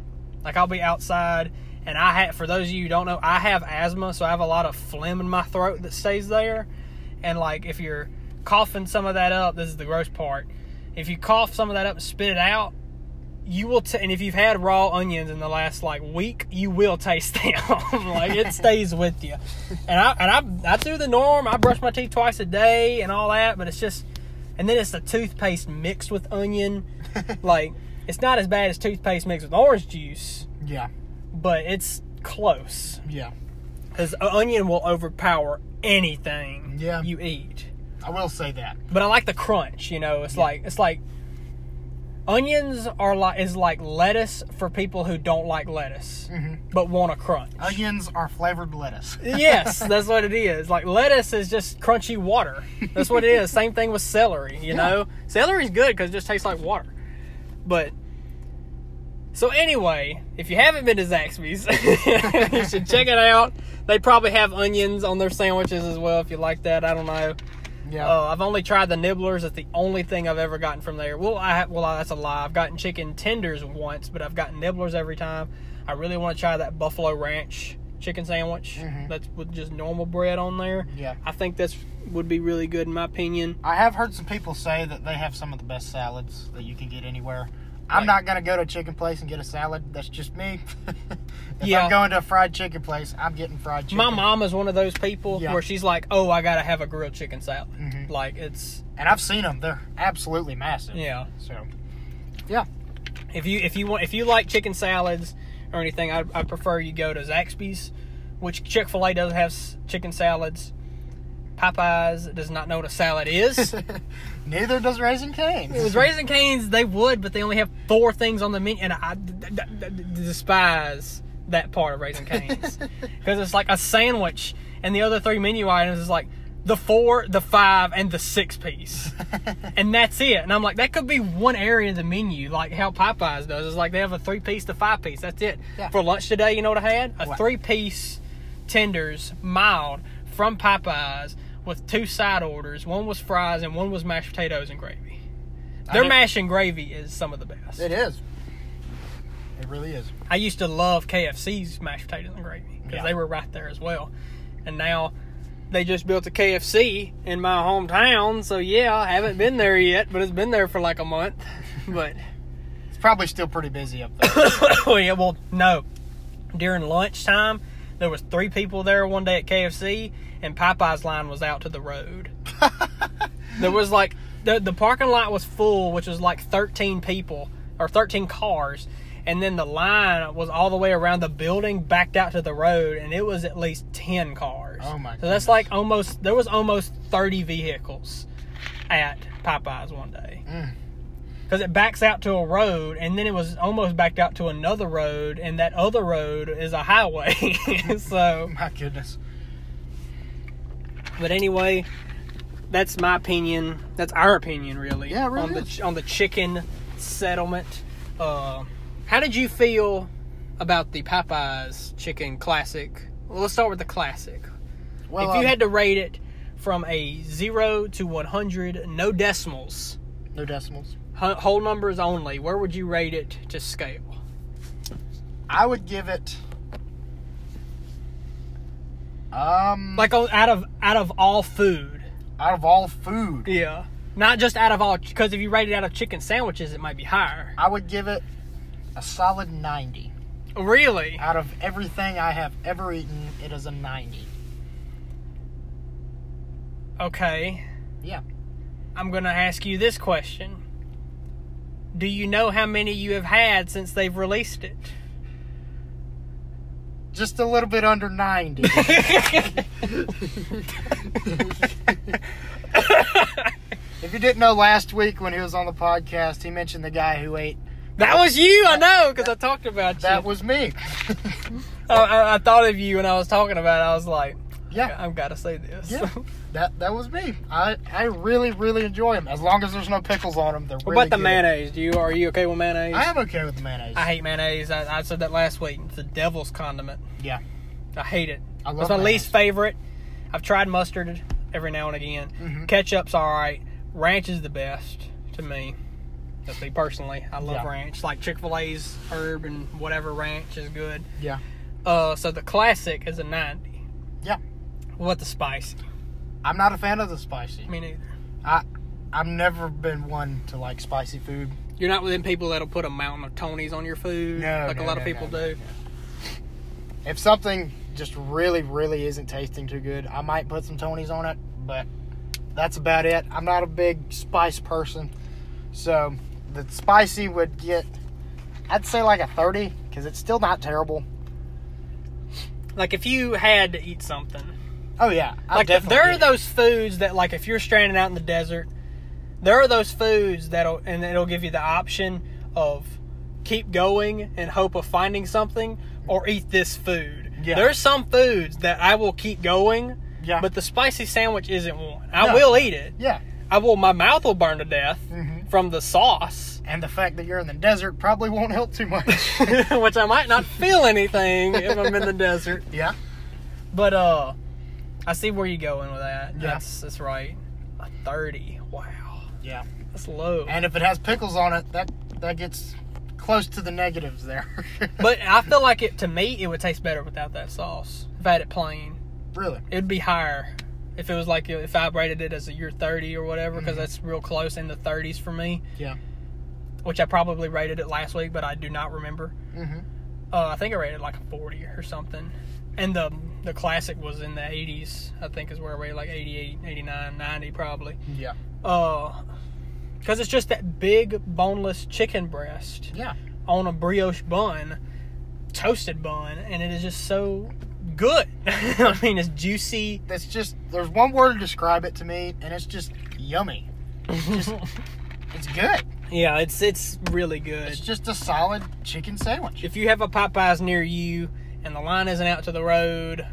[SPEAKER 1] like I'll be outside. And I have, for those of you who don't know, I have asthma, so I have a lot of phlegm in my throat that stays there. And like, if you're coughing some of that up, this is the gross part. If you cough some of that up and spit it out, you will. T- and if you've had raw onions in the last like week, you will taste them. like it stays with you. And I and I I do the norm. I brush my teeth twice a day and all that, but it's just. And then it's the toothpaste mixed with onion. like it's not as bad as toothpaste mixed with orange juice,
[SPEAKER 2] Yeah.
[SPEAKER 1] but it's close
[SPEAKER 2] Yeah.
[SPEAKER 1] because onion will overpower anything
[SPEAKER 2] Yeah.
[SPEAKER 1] you eat.
[SPEAKER 2] I will say that.
[SPEAKER 1] But I like the crunch. You know, it's like it's like onions are like is like lettuce for people who don't like lettuce but want a crunch.
[SPEAKER 2] Onions are flavored lettuce.
[SPEAKER 1] yes, that's what it is. Like lettuce is just crunchy water. That's what it is. Same thing with celery. You know, celery's good because it just tastes like water. But so anyway, if you haven't been to Zaxby's, you should check it out. They probably have onions on their sandwiches as well. If you like that, I don't know.
[SPEAKER 2] Yeah.
[SPEAKER 1] Uh, I've only tried the nibblers. That's the only thing I've ever gotten from there. Well, I well that's a lie. I've gotten chicken tenders once, but I've gotten nibblers every time. I really want to try that buffalo ranch chicken sandwich. That's with just normal bread on there.
[SPEAKER 2] Mm-hmm. Yeah.
[SPEAKER 1] I think that's would be really good in my opinion.
[SPEAKER 2] I have heard some people say that they have some of the best salads that you can get anywhere. I'm
[SPEAKER 1] Like-
[SPEAKER 2] not gonna go to a chicken place and get a salad. That's just me. if
[SPEAKER 1] Yeah.
[SPEAKER 2] I'm going to a fried chicken place, I'm getting fried chicken.
[SPEAKER 1] My mom is one of those people
[SPEAKER 2] Yeah.
[SPEAKER 1] where she's like, "Oh, I gotta have a grilled chicken salad."
[SPEAKER 2] Mhm.
[SPEAKER 1] Like it's
[SPEAKER 2] and I've seen them. They're absolutely massive.
[SPEAKER 1] yeah.
[SPEAKER 2] So
[SPEAKER 1] If you if you want if you like chicken salads or anything, I, I prefer you go to Zaxby's, which Chick Fil A does have s- chicken salads. Popeyes does not know what a salad is. it
[SPEAKER 2] Neither does Raising Cane's.
[SPEAKER 1] was Raising Canes, they would, but they only have four things on the menu, and I d- d- d- d- despise that part of Raising Canes because it's like a sandwich, and the other three menu items is like the four, the five, and the six piece and that's it. And I'm like, that could be one area of the menu, like how Popeyes does. It's like they have a three piece to five piece. That's it.
[SPEAKER 2] Yeah.
[SPEAKER 1] For lunch today, you know what I had? A
[SPEAKER 2] What?
[SPEAKER 1] three piece tenders, mild, from Popeyes with two side orders. One was fries and one was mashed potatoes and gravy. Their
[SPEAKER 2] did-
[SPEAKER 1] mash and gravy is some of the best.
[SPEAKER 2] It is. It really is.
[SPEAKER 1] I used to love KFC's mashed potatoes and gravy because
[SPEAKER 2] Yeah.
[SPEAKER 1] they were right there as well. And now they just built a KFC in my hometown, so yeah, I haven't been there yet, but it's been there for like a month. But
[SPEAKER 2] It's probably still pretty busy up there.
[SPEAKER 1] oh yeah, well no. During lunchtime, there was three people there one day at KFC, and Popeye's line was out to the road. there was like the the parking lot was full, which was like thirteen people or thirteen cars, and then the line was all the way around the building, backed out to the road, and it was at least ten cars.
[SPEAKER 2] Oh, my
[SPEAKER 1] So that's
[SPEAKER 2] goodness.
[SPEAKER 1] like almost there was almost thirty vehicles at Popeyes one day because it backs out to a road and then it was almost backed out to another road and that other road is a highway so
[SPEAKER 2] My goodness.
[SPEAKER 1] but anyway that's my opinion that's our opinion really
[SPEAKER 2] Yeah, it really
[SPEAKER 1] on the
[SPEAKER 2] is.
[SPEAKER 1] on the chicken settlement uh, how did you feel about the popeyes chicken classic well let's start with the classic
[SPEAKER 2] Well,
[SPEAKER 1] if you
[SPEAKER 2] um,
[SPEAKER 1] had to rate it from a 0 to 100 no decimals
[SPEAKER 2] no decimals.
[SPEAKER 1] hu- whole numbers only where would you rate it to scale
[SPEAKER 2] I would give it. Um,
[SPEAKER 1] like on- out of out of all food.
[SPEAKER 2] out of all food,
[SPEAKER 1] Yeah. Not just out of all, because if you rate it out of chicken sandwiches, it might be higher.
[SPEAKER 2] I would give it a solid ninety.
[SPEAKER 1] Really?
[SPEAKER 2] Out of everything I have ever eaten, it is a ninety.
[SPEAKER 1] Okay.
[SPEAKER 2] Yeah.
[SPEAKER 1] I'm gonna ask you this question. Do you know how many you have had since they've released it?
[SPEAKER 2] Just a little bit under ninety. if you didn't know, last week when he was on the podcast, he mentioned the guy who ate.
[SPEAKER 1] That was you, I know, because I talked about you.
[SPEAKER 2] That was me.
[SPEAKER 1] I, I, I thought of you when I was talking about. it. I was like,
[SPEAKER 2] yeah.
[SPEAKER 1] I've got to say this.
[SPEAKER 2] Yeah. That that was me. I I really really enjoy them. As long as there's no pickles on them, they're
[SPEAKER 1] what
[SPEAKER 2] really
[SPEAKER 1] about the
[SPEAKER 2] good.
[SPEAKER 1] mayonnaise? Do you are you okay with mayonnaise?
[SPEAKER 2] I am okay with the mayonnaise.
[SPEAKER 1] I hate mayonnaise. I, I said that last week. It's the devil's condiment.
[SPEAKER 2] yeah.
[SPEAKER 1] I hate it.
[SPEAKER 2] I love
[SPEAKER 1] it's my
[SPEAKER 2] mayonnaise.
[SPEAKER 1] least favorite. I've tried mustard every now and again.
[SPEAKER 2] Mhm.
[SPEAKER 1] Ketchup's all right. Ranch is the best to me. That's me personally. I love
[SPEAKER 2] Yeah.
[SPEAKER 1] ranch. Like Chick Fil A's herb and whatever ranch is good.
[SPEAKER 2] Yeah.
[SPEAKER 1] Uh, so the classic is a ninety.
[SPEAKER 2] Yeah.
[SPEAKER 1] What the spicy?
[SPEAKER 2] I'm not a fan of the spicy.
[SPEAKER 1] Me neither.
[SPEAKER 2] I I've never been one to like spicy food.
[SPEAKER 1] You're not within people that'll put a mountain of Tonys on your food,
[SPEAKER 2] No,
[SPEAKER 1] like a
[SPEAKER 2] no,
[SPEAKER 1] lot
[SPEAKER 2] no,
[SPEAKER 1] of people
[SPEAKER 2] no, no,
[SPEAKER 1] do.
[SPEAKER 2] If something just really really isn't tasting too good, I might put some Tonys on it, but that's about it. I'm not a big spice person, so the spicy would get. I'd say like a 30 because it's still not terrible.
[SPEAKER 1] Like if you had to eat something,
[SPEAKER 2] Oh yeah, I
[SPEAKER 1] like
[SPEAKER 2] definitely
[SPEAKER 1] there
[SPEAKER 2] get
[SPEAKER 1] are
[SPEAKER 2] it.
[SPEAKER 1] those foods that like if you're stranded out in the desert there are those foods that'll and it'll give you the option of keep going in hope of finding something or eat this food
[SPEAKER 2] Yeah.
[SPEAKER 1] there's some foods that i will keep going
[SPEAKER 2] Yeah.
[SPEAKER 1] but the spicy sandwich isn't one i
[SPEAKER 2] No.
[SPEAKER 1] will eat it
[SPEAKER 2] Yeah,
[SPEAKER 1] i will my mouth will burn to death
[SPEAKER 2] Mhm.
[SPEAKER 1] from the sauce
[SPEAKER 2] and the fact that you're in the desert probably won't help too much.
[SPEAKER 1] which i might not feel anything if i'm in the desert
[SPEAKER 2] yeah,
[SPEAKER 1] But uh, I see where you're going with that.
[SPEAKER 2] Yeah.
[SPEAKER 1] That's that's right. A thirty. Wow,
[SPEAKER 2] yeah.
[SPEAKER 1] that's low.
[SPEAKER 2] And if it has pickles on it, that that gets close to the negatives there.
[SPEAKER 1] but I feel like it to me, it would taste better without that sauce. If I had it plain,
[SPEAKER 2] really,
[SPEAKER 1] it'd be higher. If it was like if I rated it as a year thirty or whatever, because
[SPEAKER 2] Mhm.
[SPEAKER 1] that's real close in the thirties for me,
[SPEAKER 2] yeah.
[SPEAKER 1] which I probably rated it last week, but I do not remember.
[SPEAKER 2] Mm-hmm.
[SPEAKER 1] Uh, I think I rated it like a forty or something. And the the classic was in the 80s, I think is where I rated like 88, 89, 90 probably.
[SPEAKER 2] Yeah,
[SPEAKER 1] uh because it's just that big boneless chicken breast
[SPEAKER 2] yeah.
[SPEAKER 1] on a brioche bun toasted bun, and it is just so good. I mean, it's juicy.
[SPEAKER 2] That's just there's one word to describe it to me, and it's just yummy. It's, just, it's good.
[SPEAKER 1] Yeah, it's it's really
[SPEAKER 2] It's
[SPEAKER 1] good.
[SPEAKER 2] just a solid chicken sandwich.
[SPEAKER 1] If you have a Popeyes near you and the line isn't out to the road,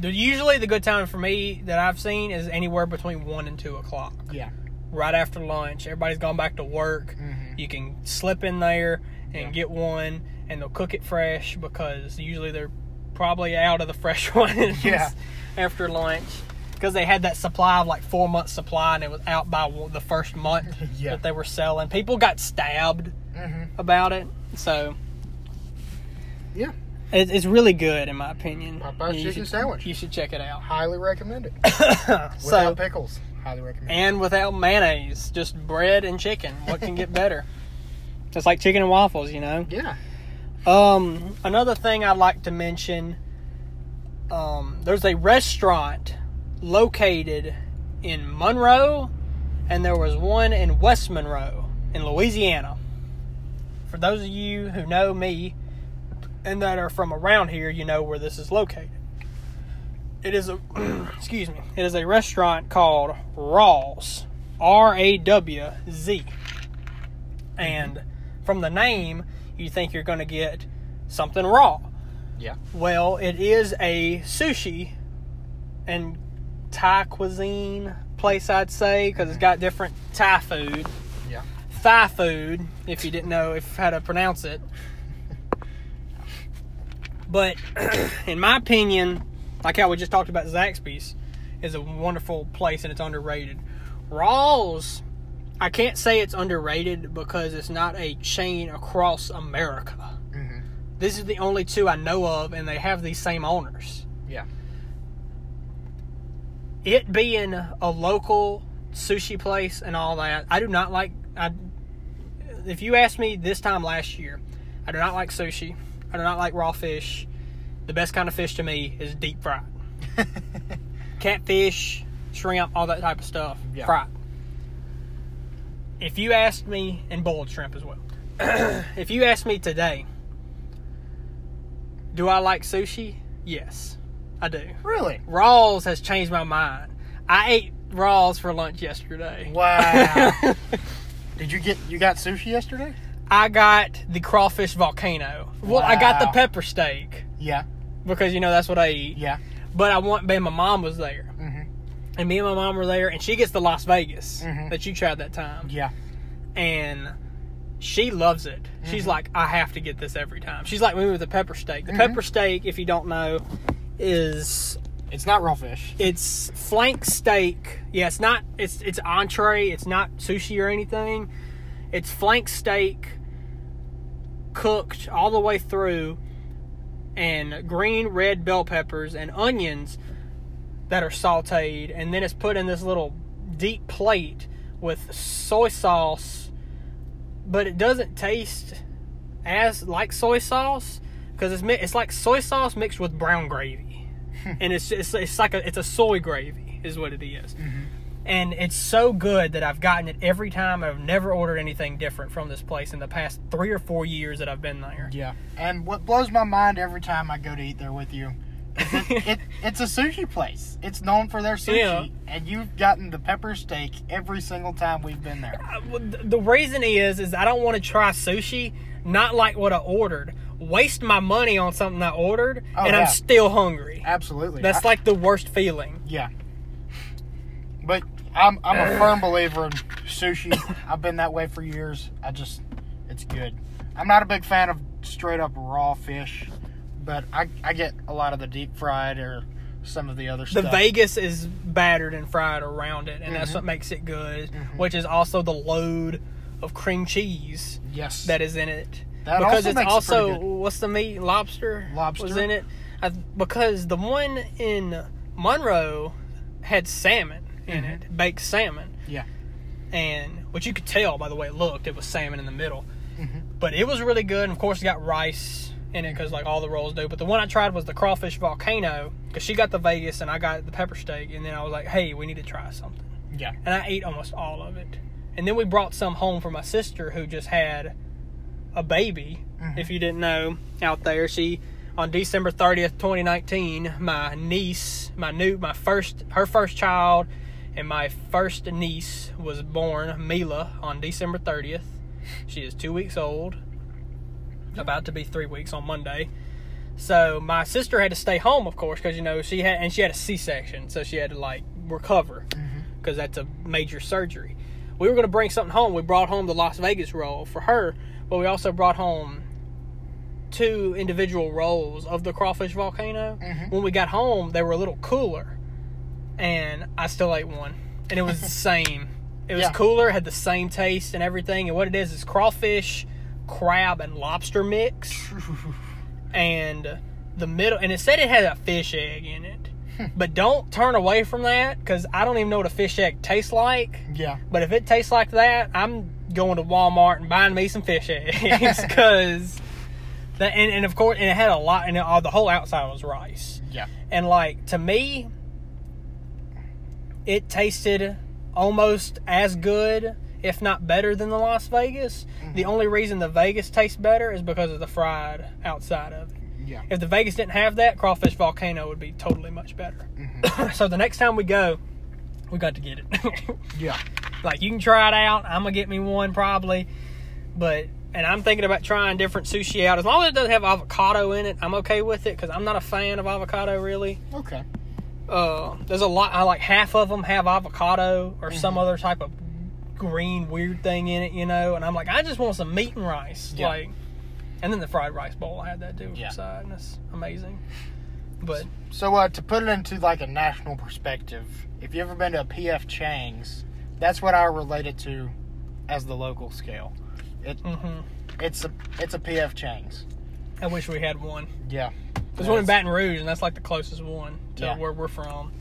[SPEAKER 1] the, usually the good time for me that I've seen is anywhere between one and two o'clock,
[SPEAKER 2] yeah.
[SPEAKER 1] right after lunch. Everybody's gone back to work.
[SPEAKER 2] hmm
[SPEAKER 1] You can slip in there and
[SPEAKER 2] Yeah.
[SPEAKER 1] get one, and they'll cook it fresh because usually they're probably out of the fresh ones
[SPEAKER 2] Yeah.
[SPEAKER 1] after lunch because they had that supply of like four months supply and it was out by one- the first month
[SPEAKER 2] Yeah.
[SPEAKER 1] that they were selling. People got stabbed
[SPEAKER 2] hmm
[SPEAKER 1] about it, so
[SPEAKER 2] Yeah.
[SPEAKER 1] it, it's really good in my opinion.
[SPEAKER 2] Popeye's
[SPEAKER 1] You
[SPEAKER 2] chicken
[SPEAKER 1] should-
[SPEAKER 2] sandwich.
[SPEAKER 1] You should check it out.
[SPEAKER 2] Highly recommend it. Without
[SPEAKER 1] so
[SPEAKER 2] pickles. Highly recommend.
[SPEAKER 1] and without mayonnaise, just bread and chicken. What can get better? It's like chicken and waffles, you know.
[SPEAKER 2] it. Yeah.
[SPEAKER 1] Um, another thing I'd like to mention um, there's a restaurant located in Monroe, and there was one in West Monroe in Louisiana. For those of you who know me and that are from around here, you know where this is located. It is a excuse me. It is a restaurant called Raw's, R A W Z, and from the name, you think you're going to get something raw.
[SPEAKER 2] Yeah.
[SPEAKER 1] Well, it is a sushi and Thai cuisine place, I'd say, because it's got different Thai food,
[SPEAKER 2] Mm-hmm. Yeah.
[SPEAKER 1] Thai food, if you didn't know if how to pronounce it. But in my opinion, like how we just talked about Zaxby's, is a wonderful place and it's underrated. Rawls, I can't say it's underrated because it's not a chain across America
[SPEAKER 2] hmm
[SPEAKER 1] this is the only two I know of, and they have these same owners.
[SPEAKER 2] Yeah.
[SPEAKER 1] It being a local sushi place and all that, I do not like. I, if you asked me this time last year, I do not like sushi. I do not like raw fish. The best kind of fish to me is deep fried. Catfish, shrimp, all that type of stuff,
[SPEAKER 2] Yeah.
[SPEAKER 1] fried. If you asked me, and boiled shrimp as well. if you asked me today, do I like sushi? Yes, I do.
[SPEAKER 2] Really?
[SPEAKER 1] Rawls has changed my mind. I ate Rawls for lunch yesterday.
[SPEAKER 2] Wow. Did you get you got sushi yesterday?
[SPEAKER 1] I got the crawfish volcano. Well, I got the
[SPEAKER 2] Wow.
[SPEAKER 1] pepper steak
[SPEAKER 2] Yeah.
[SPEAKER 1] because you know that's what I eat.
[SPEAKER 2] Yeah.
[SPEAKER 1] But I want, but my mom was there,
[SPEAKER 2] Mm-hmm.
[SPEAKER 1] and me and my mom were there, and she gets the Las Vegas
[SPEAKER 2] Mhm.
[SPEAKER 1] that you tried that time,
[SPEAKER 2] Yeah.
[SPEAKER 1] and she loves it. She's
[SPEAKER 2] Mm-hmm.
[SPEAKER 1] like, I have to get this every time. She's like me with the pepper steak. The
[SPEAKER 2] Mhm.
[SPEAKER 1] pepper steak, if you don't know, is
[SPEAKER 2] It's not raw fish.
[SPEAKER 1] it's flank steak. Yeah, it's not. It's it's entree. It's not sushi or anything. It's flank steak cooked all the way through, and green, red bell peppers and onions that are sautéed, and then it's put in this little deep plate with soy sauce, but it doesn't taste as like soy sauce because it's mi- it's like soy sauce mixed with brown gravy and it's it's, it's like a it's a soy gravy is what it is. and it's so good that I've gotten it every time. I've never ordered anything different from this place in the past three or four years that I've been there.
[SPEAKER 2] Yeah. And what blows my mind every time I go to eat there with you, it it's a sushi place. It's known for their sushi, and you've gotten the pepper steak every single time we've been there.
[SPEAKER 1] I- well, th- the reason is is I don't want to try sushi, not like what I ordered, waste my money on something I ordered,
[SPEAKER 2] Oh,
[SPEAKER 1] and
[SPEAKER 2] yeah.
[SPEAKER 1] I'm still hungry.
[SPEAKER 2] Absolutely.
[SPEAKER 1] That's
[SPEAKER 2] I-
[SPEAKER 1] like the worst feeling.
[SPEAKER 2] Yeah. But I'm I'm a firm believer in sushi. I've been that way for years. I just it's good. I'm not a big fan of straight up raw fish, but I I get a lot of the deep fried or some of the other
[SPEAKER 1] The
[SPEAKER 2] stuff. Mm-hmm.
[SPEAKER 1] Vegas is battered and fried around it, and that's what makes it good, which is also the load of cream cheese.
[SPEAKER 2] yes.
[SPEAKER 1] that is in it.
[SPEAKER 2] That
[SPEAKER 1] because
[SPEAKER 2] also
[SPEAKER 1] it's
[SPEAKER 2] makes it
[SPEAKER 1] also
[SPEAKER 2] pretty good.
[SPEAKER 1] what's the meat? Lobster. was
[SPEAKER 2] Lobster.
[SPEAKER 1] in it. I, because the one in Monroe had salmon in
[SPEAKER 2] Mm-hmm.
[SPEAKER 1] it, baked salmon,
[SPEAKER 2] yeah.
[SPEAKER 1] and which you could tell by the way it looked, it was salmon in the middle. But it was really good, and of course it got rice in it because like all the rolls do. But the one I tried was the crawfish volcano because she got the Vegas and I got the pepper steak, and then I was like, hey, we need to try something
[SPEAKER 2] Yeah.
[SPEAKER 1] and I ate almost all of it. And then we brought some home for my sister who just had a baby,
[SPEAKER 2] Mhm.
[SPEAKER 1] if you didn't know, out there. She, on December 30th, 2019, my niece, my new, my first, her first child, and my first niece was born, Mila, on December 30th. She is two weeks old, about to be three weeks on Monday. So my sister had to stay home, of course, because you know she had and she had a C-section, so she had to like recover because that's a major surgery. We were going to bring something home. We brought home the Las Vegas roll for her, but we also brought home two individual rolls of the crawfish volcano.
[SPEAKER 2] Mhm.
[SPEAKER 1] When we got home, they were a little cooler, and I still ate one, and it was the same. It was
[SPEAKER 2] Yeah.
[SPEAKER 1] cooler, had the same taste and everything. And what it is is crawfish, crab, and lobster mix, and the middle. And it said it had a fish egg in it, but don't turn away from that because I don't even know what a fish egg tastes like.
[SPEAKER 2] yeah.
[SPEAKER 1] But if it tastes like that, I'm going to Walmart and buying me some fish eggs because that and, and of course and it had a lot and all the whole outside was rice
[SPEAKER 2] Yeah.
[SPEAKER 1] and like to me it tasted almost as good if not better than the Las Vegas. The only reason the Vegas tastes better is because of the fried outside of it.
[SPEAKER 2] Yeah.
[SPEAKER 1] If the Vegas didn't have that, Crawfish Volcano would be totally much better. so the next time we go, we got to get it.
[SPEAKER 2] Yeah.
[SPEAKER 1] like you can try it out. I'm gonna get me one probably, but and I'm thinking about trying different sushi out. As long as it doesn't have avocado in it, I'm okay with it because I'm not a fan of avocado really.
[SPEAKER 2] Okay.
[SPEAKER 1] Uh, there's a lot. I like half of them have avocado or some
[SPEAKER 2] Mm-hmm.
[SPEAKER 1] other type of green weird thing in it, you know. And I'm like, I just want some meat and rice,
[SPEAKER 2] Yeah.
[SPEAKER 1] like. And then the fried rice bowl, I had that too.
[SPEAKER 2] Yeah.
[SPEAKER 1] Side, and it's amazing. But
[SPEAKER 2] So uh, to put it into like a national perspective, if you ever been to a PF Chang's, that's what I relate it to as the local scale. It
[SPEAKER 1] hmm
[SPEAKER 2] it's a it's a PF Chang's.
[SPEAKER 1] I wish we had one.
[SPEAKER 2] Yeah.
[SPEAKER 1] There's one in Baton Rouge, and that's like the closest one to
[SPEAKER 2] Yeah.
[SPEAKER 1] where we're from.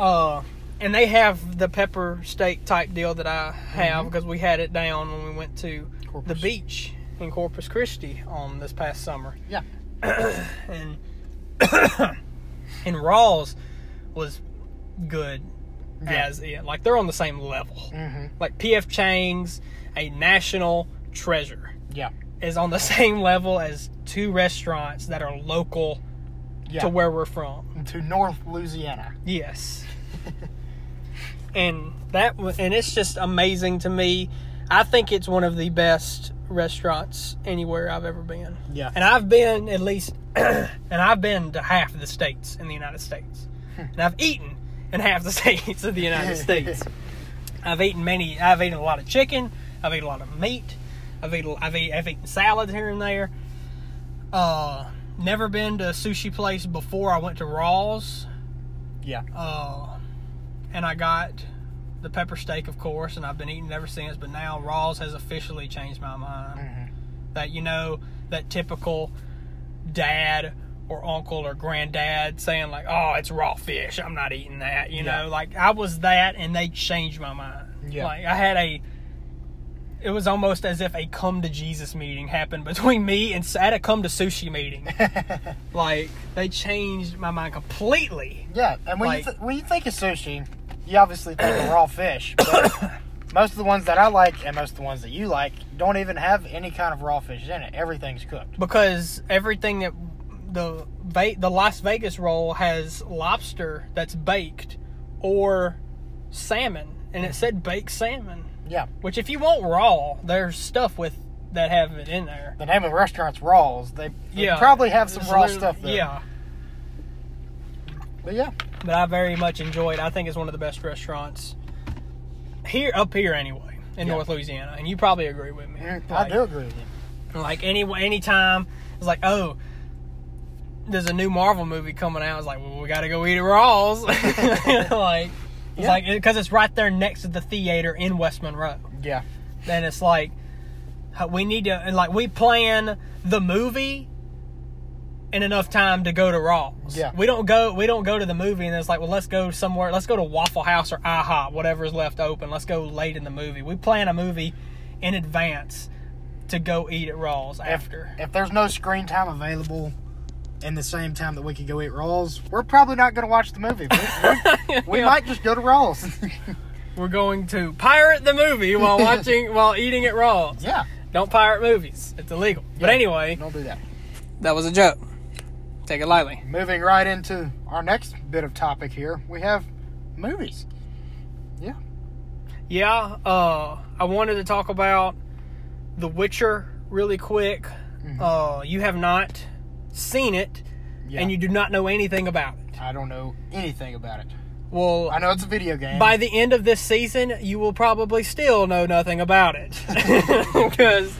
[SPEAKER 1] Uh, and they have the pepper steak type deal that I have because we had it down when we went to the
[SPEAKER 2] Mm-hmm. Corpus.
[SPEAKER 1] beach in Corpus Christi on this past summer.
[SPEAKER 2] Yeah.
[SPEAKER 1] And and Rawls was good
[SPEAKER 2] Yeah.
[SPEAKER 1] as it. Like they're on the same level.
[SPEAKER 2] Mhm.
[SPEAKER 1] Like PF Chang's, a national treasure,
[SPEAKER 2] Yeah.
[SPEAKER 1] is on the same level as two restaurants that are local
[SPEAKER 2] Yeah.
[SPEAKER 1] to where we're from.
[SPEAKER 2] to North Louisiana.
[SPEAKER 1] Yes. and that wa- and it's just amazing to me. I think it's one of the best restaurants anywhere I've ever been.
[SPEAKER 2] Yeah.
[SPEAKER 1] And I've been at least and I've been to half of the states in the United States. and I've eaten in half the states of the United States. I've eaten many I've eaten a lot of chicken, I've eaten a lot of meat, I've eaten I've, eat, I've eaten salads here and there. Uh never been to a sushi place before I went to Raw's
[SPEAKER 2] Yeah.
[SPEAKER 1] uh, and I got the pepper steak, of course, and I've been eating it ever since. But now Rawls has officially changed my mind.
[SPEAKER 2] Mm-hmm.
[SPEAKER 1] That you know, that typical dad or uncle or granddad saying like, "Oh, it's raw fish. I'm not eating that." You
[SPEAKER 2] Yeah.
[SPEAKER 1] know, like I was that, and they changed my mind.
[SPEAKER 2] Yeah.
[SPEAKER 1] Like I had a. It was almost as if a come to Jesus meeting happened between me and at a come to sushi meeting. like they changed my mind completely.
[SPEAKER 2] Yeah, and when
[SPEAKER 1] Like-
[SPEAKER 2] you th- when you think of sushi, you obviously think of raw fish. But most of the ones that I like and most of the ones that you like don't even have any kind of raw fish in it. Everything's cooked.
[SPEAKER 1] because everything that the Ve- the Las Vegas roll has lobster that's baked or salmon, and it said baked salmon.
[SPEAKER 2] Yeah,
[SPEAKER 1] Which, if you want raw, there's stuff with that have it in there.
[SPEAKER 2] the name of the restaurant's Rawls. They, they
[SPEAKER 1] Yeah,
[SPEAKER 2] probably have some
[SPEAKER 1] it's
[SPEAKER 2] raw
[SPEAKER 1] literally-
[SPEAKER 2] stuff there.
[SPEAKER 1] Yeah,
[SPEAKER 2] but yeah,
[SPEAKER 1] but I very much enjoyed. I think it's one of the best restaurants here, up here anyway, in
[SPEAKER 2] Yeah.
[SPEAKER 1] North Louisiana, and you probably agree with me.
[SPEAKER 2] I
[SPEAKER 1] Like,
[SPEAKER 2] do agree with you.
[SPEAKER 1] Like any anytime it's like, oh, there's a new Marvel movie coming out. It's like, well, we gotta go eat at Raw's. like, it's
[SPEAKER 2] Yeah.
[SPEAKER 1] like because it's right there next to the theater in West Monroe,
[SPEAKER 2] Yeah,
[SPEAKER 1] and it's like h- we need to and like we plan the movie in enough time to go to Raw's.
[SPEAKER 2] Yeah.
[SPEAKER 1] we don't go we don't go to the movie and it's like, well, let's go somewhere. Let's go to Waffle House or IHOP, whatever is left open. Let's go late in the movie. We plan a movie in advance. To go eat at Raw's after.
[SPEAKER 2] if there's no screen time available. In the same time that we could go eat Rawls, we're probably not going to watch the movie. We, we- we
[SPEAKER 1] Yeah.
[SPEAKER 2] might just go to Rawls.
[SPEAKER 1] We're going to pirate the movie while watching while eating it raw.
[SPEAKER 2] yeah,
[SPEAKER 1] Don't pirate movies. It's illegal. But
[SPEAKER 2] Yeah,
[SPEAKER 1] anyway,
[SPEAKER 2] Don't do that.
[SPEAKER 1] that was a joke. Take it lightly.
[SPEAKER 2] Moving right into our next bit of topic here, we have movies. Yeah.
[SPEAKER 1] Yeah, uh, I wanted to talk about The Witcher really quick. Uh, you have not seen it,
[SPEAKER 2] Yeah.
[SPEAKER 1] and you do not know anything about it.
[SPEAKER 2] I don't know anything about it.
[SPEAKER 1] Well,
[SPEAKER 2] I know it's a video game.
[SPEAKER 1] by the end of this season, you will probably still know nothing about it because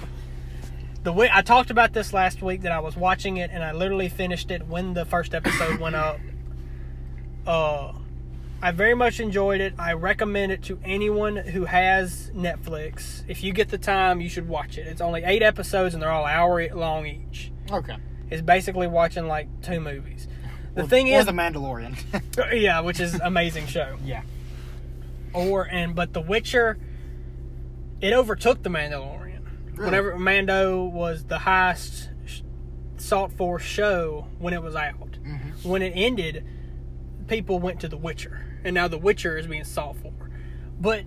[SPEAKER 1] the way I talked about this last week that I was watching it and I literally finished it when the first episode went up. Uh, I very much enjoyed it. I recommend it to anyone who has Netflix. If you get the time, you should watch it. It's only eight episodes and they're all hour long each.
[SPEAKER 2] okay.
[SPEAKER 1] It's basically watching like two movies. The
[SPEAKER 2] Or-
[SPEAKER 1] thing
[SPEAKER 2] or
[SPEAKER 1] is,
[SPEAKER 2] the Mandalorian.
[SPEAKER 1] Uh, yeah, which is an amazing show
[SPEAKER 2] yeah.
[SPEAKER 1] or and but The Witcher, it overtook The Mandalorian.
[SPEAKER 2] Really?
[SPEAKER 1] Whenever Mando was the highest sh- sought for show when it was out, when it ended, people went to The Witcher, and now The Witcher is being sought for. But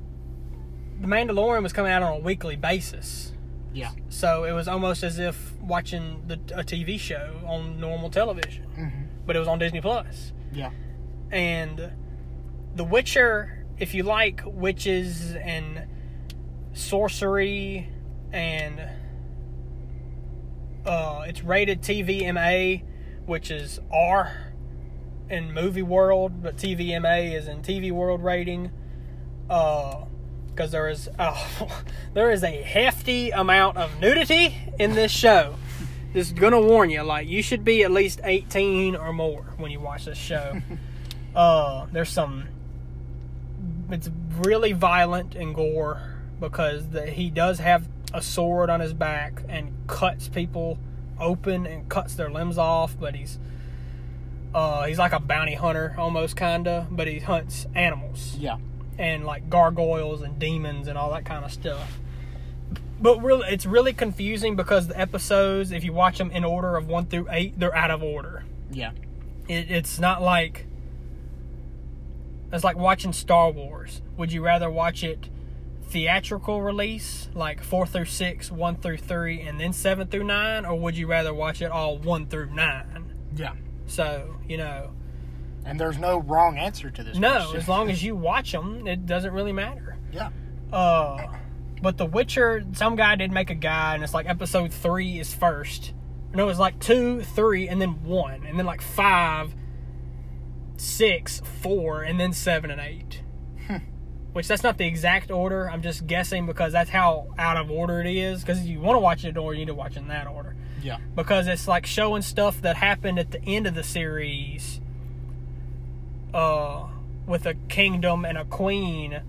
[SPEAKER 1] The Mandalorian was coming out on a weekly basis,
[SPEAKER 2] Yeah.
[SPEAKER 1] so it was almost as if watching the, a TV show on normal television, but it was on Disney Plus
[SPEAKER 2] Yeah.
[SPEAKER 1] and The Witcher, if you like witches and sorcery and uh, it's rated TVMA, which is R in movie world, but TVMA is in TV world rating. Uh, because there is oh, there is a hefty amount of nudity in this show. Just gonna warn you, like you should be at least 18 or more when you watch this show. uh, there's some. It's really violent and gore because the, he does have a sword on his back and cuts people open and cuts their limbs off, but he's. Uh, he's like a bounty hunter almost kinda, but he hunts animals
[SPEAKER 2] Yeah.
[SPEAKER 1] and like gargoyles and demons and all that kind of stuff. But really, it's really confusing because the episodes, if you watch them in order of one through eight, they're out of order.
[SPEAKER 2] Yeah.
[SPEAKER 1] It, it's not like it's like watching Star Wars. Would you rather watch it theatrical release, like four through six, one through three, and then seven through nine, or would you rather watch it all one through nine?
[SPEAKER 2] Yeah.
[SPEAKER 1] So you know,
[SPEAKER 2] And there's no wrong answer to this.
[SPEAKER 1] no.
[SPEAKER 2] question.
[SPEAKER 1] As long as you watch them, it doesn't really matter.
[SPEAKER 2] Yeah.
[SPEAKER 1] Uh, but The Witcher, some guy did make a guide, and it's like episode three is first. No, it's like two, three, and then one, and then like five, six, four, and then seven and eight. Which that's not the exact order. I'm just guessing because that's how out of order it is. Because you want to watch it in order, you need to watch it in that order
[SPEAKER 2] Yeah.
[SPEAKER 1] because it's like showing stuff that happened at the end of the series uh with a kingdom and a queen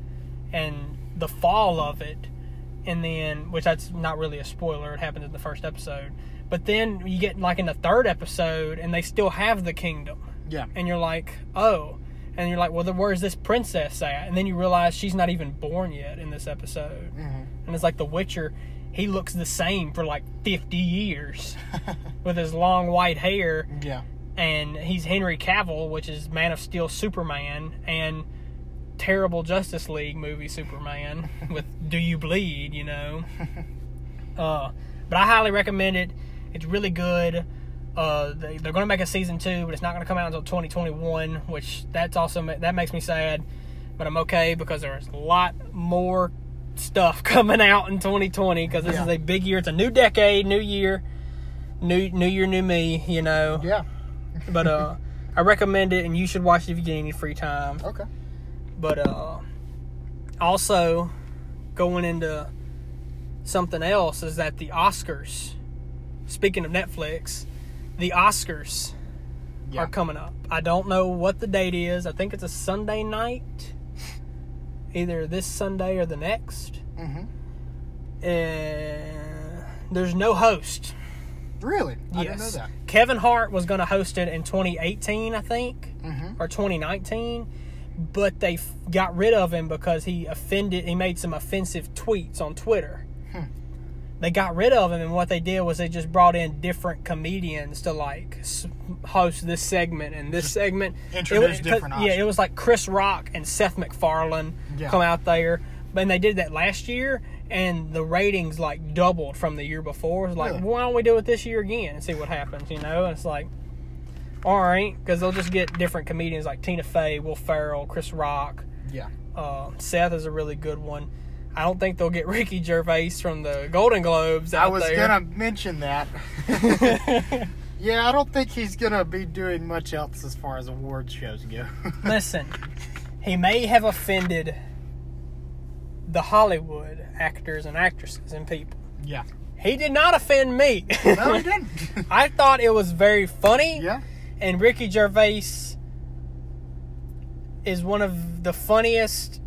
[SPEAKER 1] and the fall of it and then which that's not really a spoiler it happens in the first episode but then you get like in the third episode and they still have the kingdom
[SPEAKER 2] Yeah.
[SPEAKER 1] and you're like oh and you're like well then where's this princess at and then you realize she's not even born yet in this episode and it's like the witcher he looks the same for like 50 years with his long white hair
[SPEAKER 2] Yeah.
[SPEAKER 1] and he's henry cavill which is man of steel superman and terrible justice league movie superman with do you bleed you know uh, but i highly recommend it it's really good uh, they, they're going to make a season two but it's not going to come out until 2021 which that's also ma- that makes me sad but i'm okay because there's a lot more stuff coming out in 2020 because this
[SPEAKER 2] Yeah.
[SPEAKER 1] is a big year it's a new decade new year new new year new me you know
[SPEAKER 2] Yeah.
[SPEAKER 1] but uh I recommend it and you should watch it if you get any free time.
[SPEAKER 2] Okay.
[SPEAKER 1] But uh also going into something else is that the Oscars speaking of Netflix, the Oscars
[SPEAKER 2] Yeah.
[SPEAKER 1] are coming up. I don't know what the date is. I think it's a Sunday night. Either this Sunday or the next.
[SPEAKER 2] Mhm.
[SPEAKER 1] And there's no host.
[SPEAKER 2] Really? I
[SPEAKER 1] yes.
[SPEAKER 2] didn't know that.
[SPEAKER 1] Kevin Hart was going to host it in 2018, I think,
[SPEAKER 2] Mhm.
[SPEAKER 1] or 2019, but they f- got rid of him because he offended. He made some offensive tweets on Twitter.
[SPEAKER 2] Hmm.
[SPEAKER 1] They got rid of him, and what they did was they just brought in different comedians to like s- host this segment and this segment.
[SPEAKER 2] introduce
[SPEAKER 1] It-
[SPEAKER 2] different
[SPEAKER 1] Yeah, it was like Chris Rock and Seth MacFarlane
[SPEAKER 2] Yeah.
[SPEAKER 1] come out there, and they did that last year, and the ratings like doubled from the year before. It's like,
[SPEAKER 2] Really?
[SPEAKER 1] why don't we do it this year again and see what happens? You know, and it's like, all right, because they'll just get different comedians like Tina Fey, Will Ferrell, Chris Rock.
[SPEAKER 2] Yeah.
[SPEAKER 1] Uh, Seth is a really good one. I don't think they'll get Ricky Gervais from the Golden Globes out
[SPEAKER 2] I was
[SPEAKER 1] there.
[SPEAKER 2] gonna mention that. yeah, I don't think he's gonna be doing much else as far as award shows go.
[SPEAKER 1] Listen, he may have offended the Hollywood actors and actresses and people.
[SPEAKER 2] yeah.
[SPEAKER 1] He did not offend me.
[SPEAKER 2] No, he didn't.
[SPEAKER 1] I thought it was very funny.
[SPEAKER 2] yeah.
[SPEAKER 1] And Ricky Gervais is one of the funniest,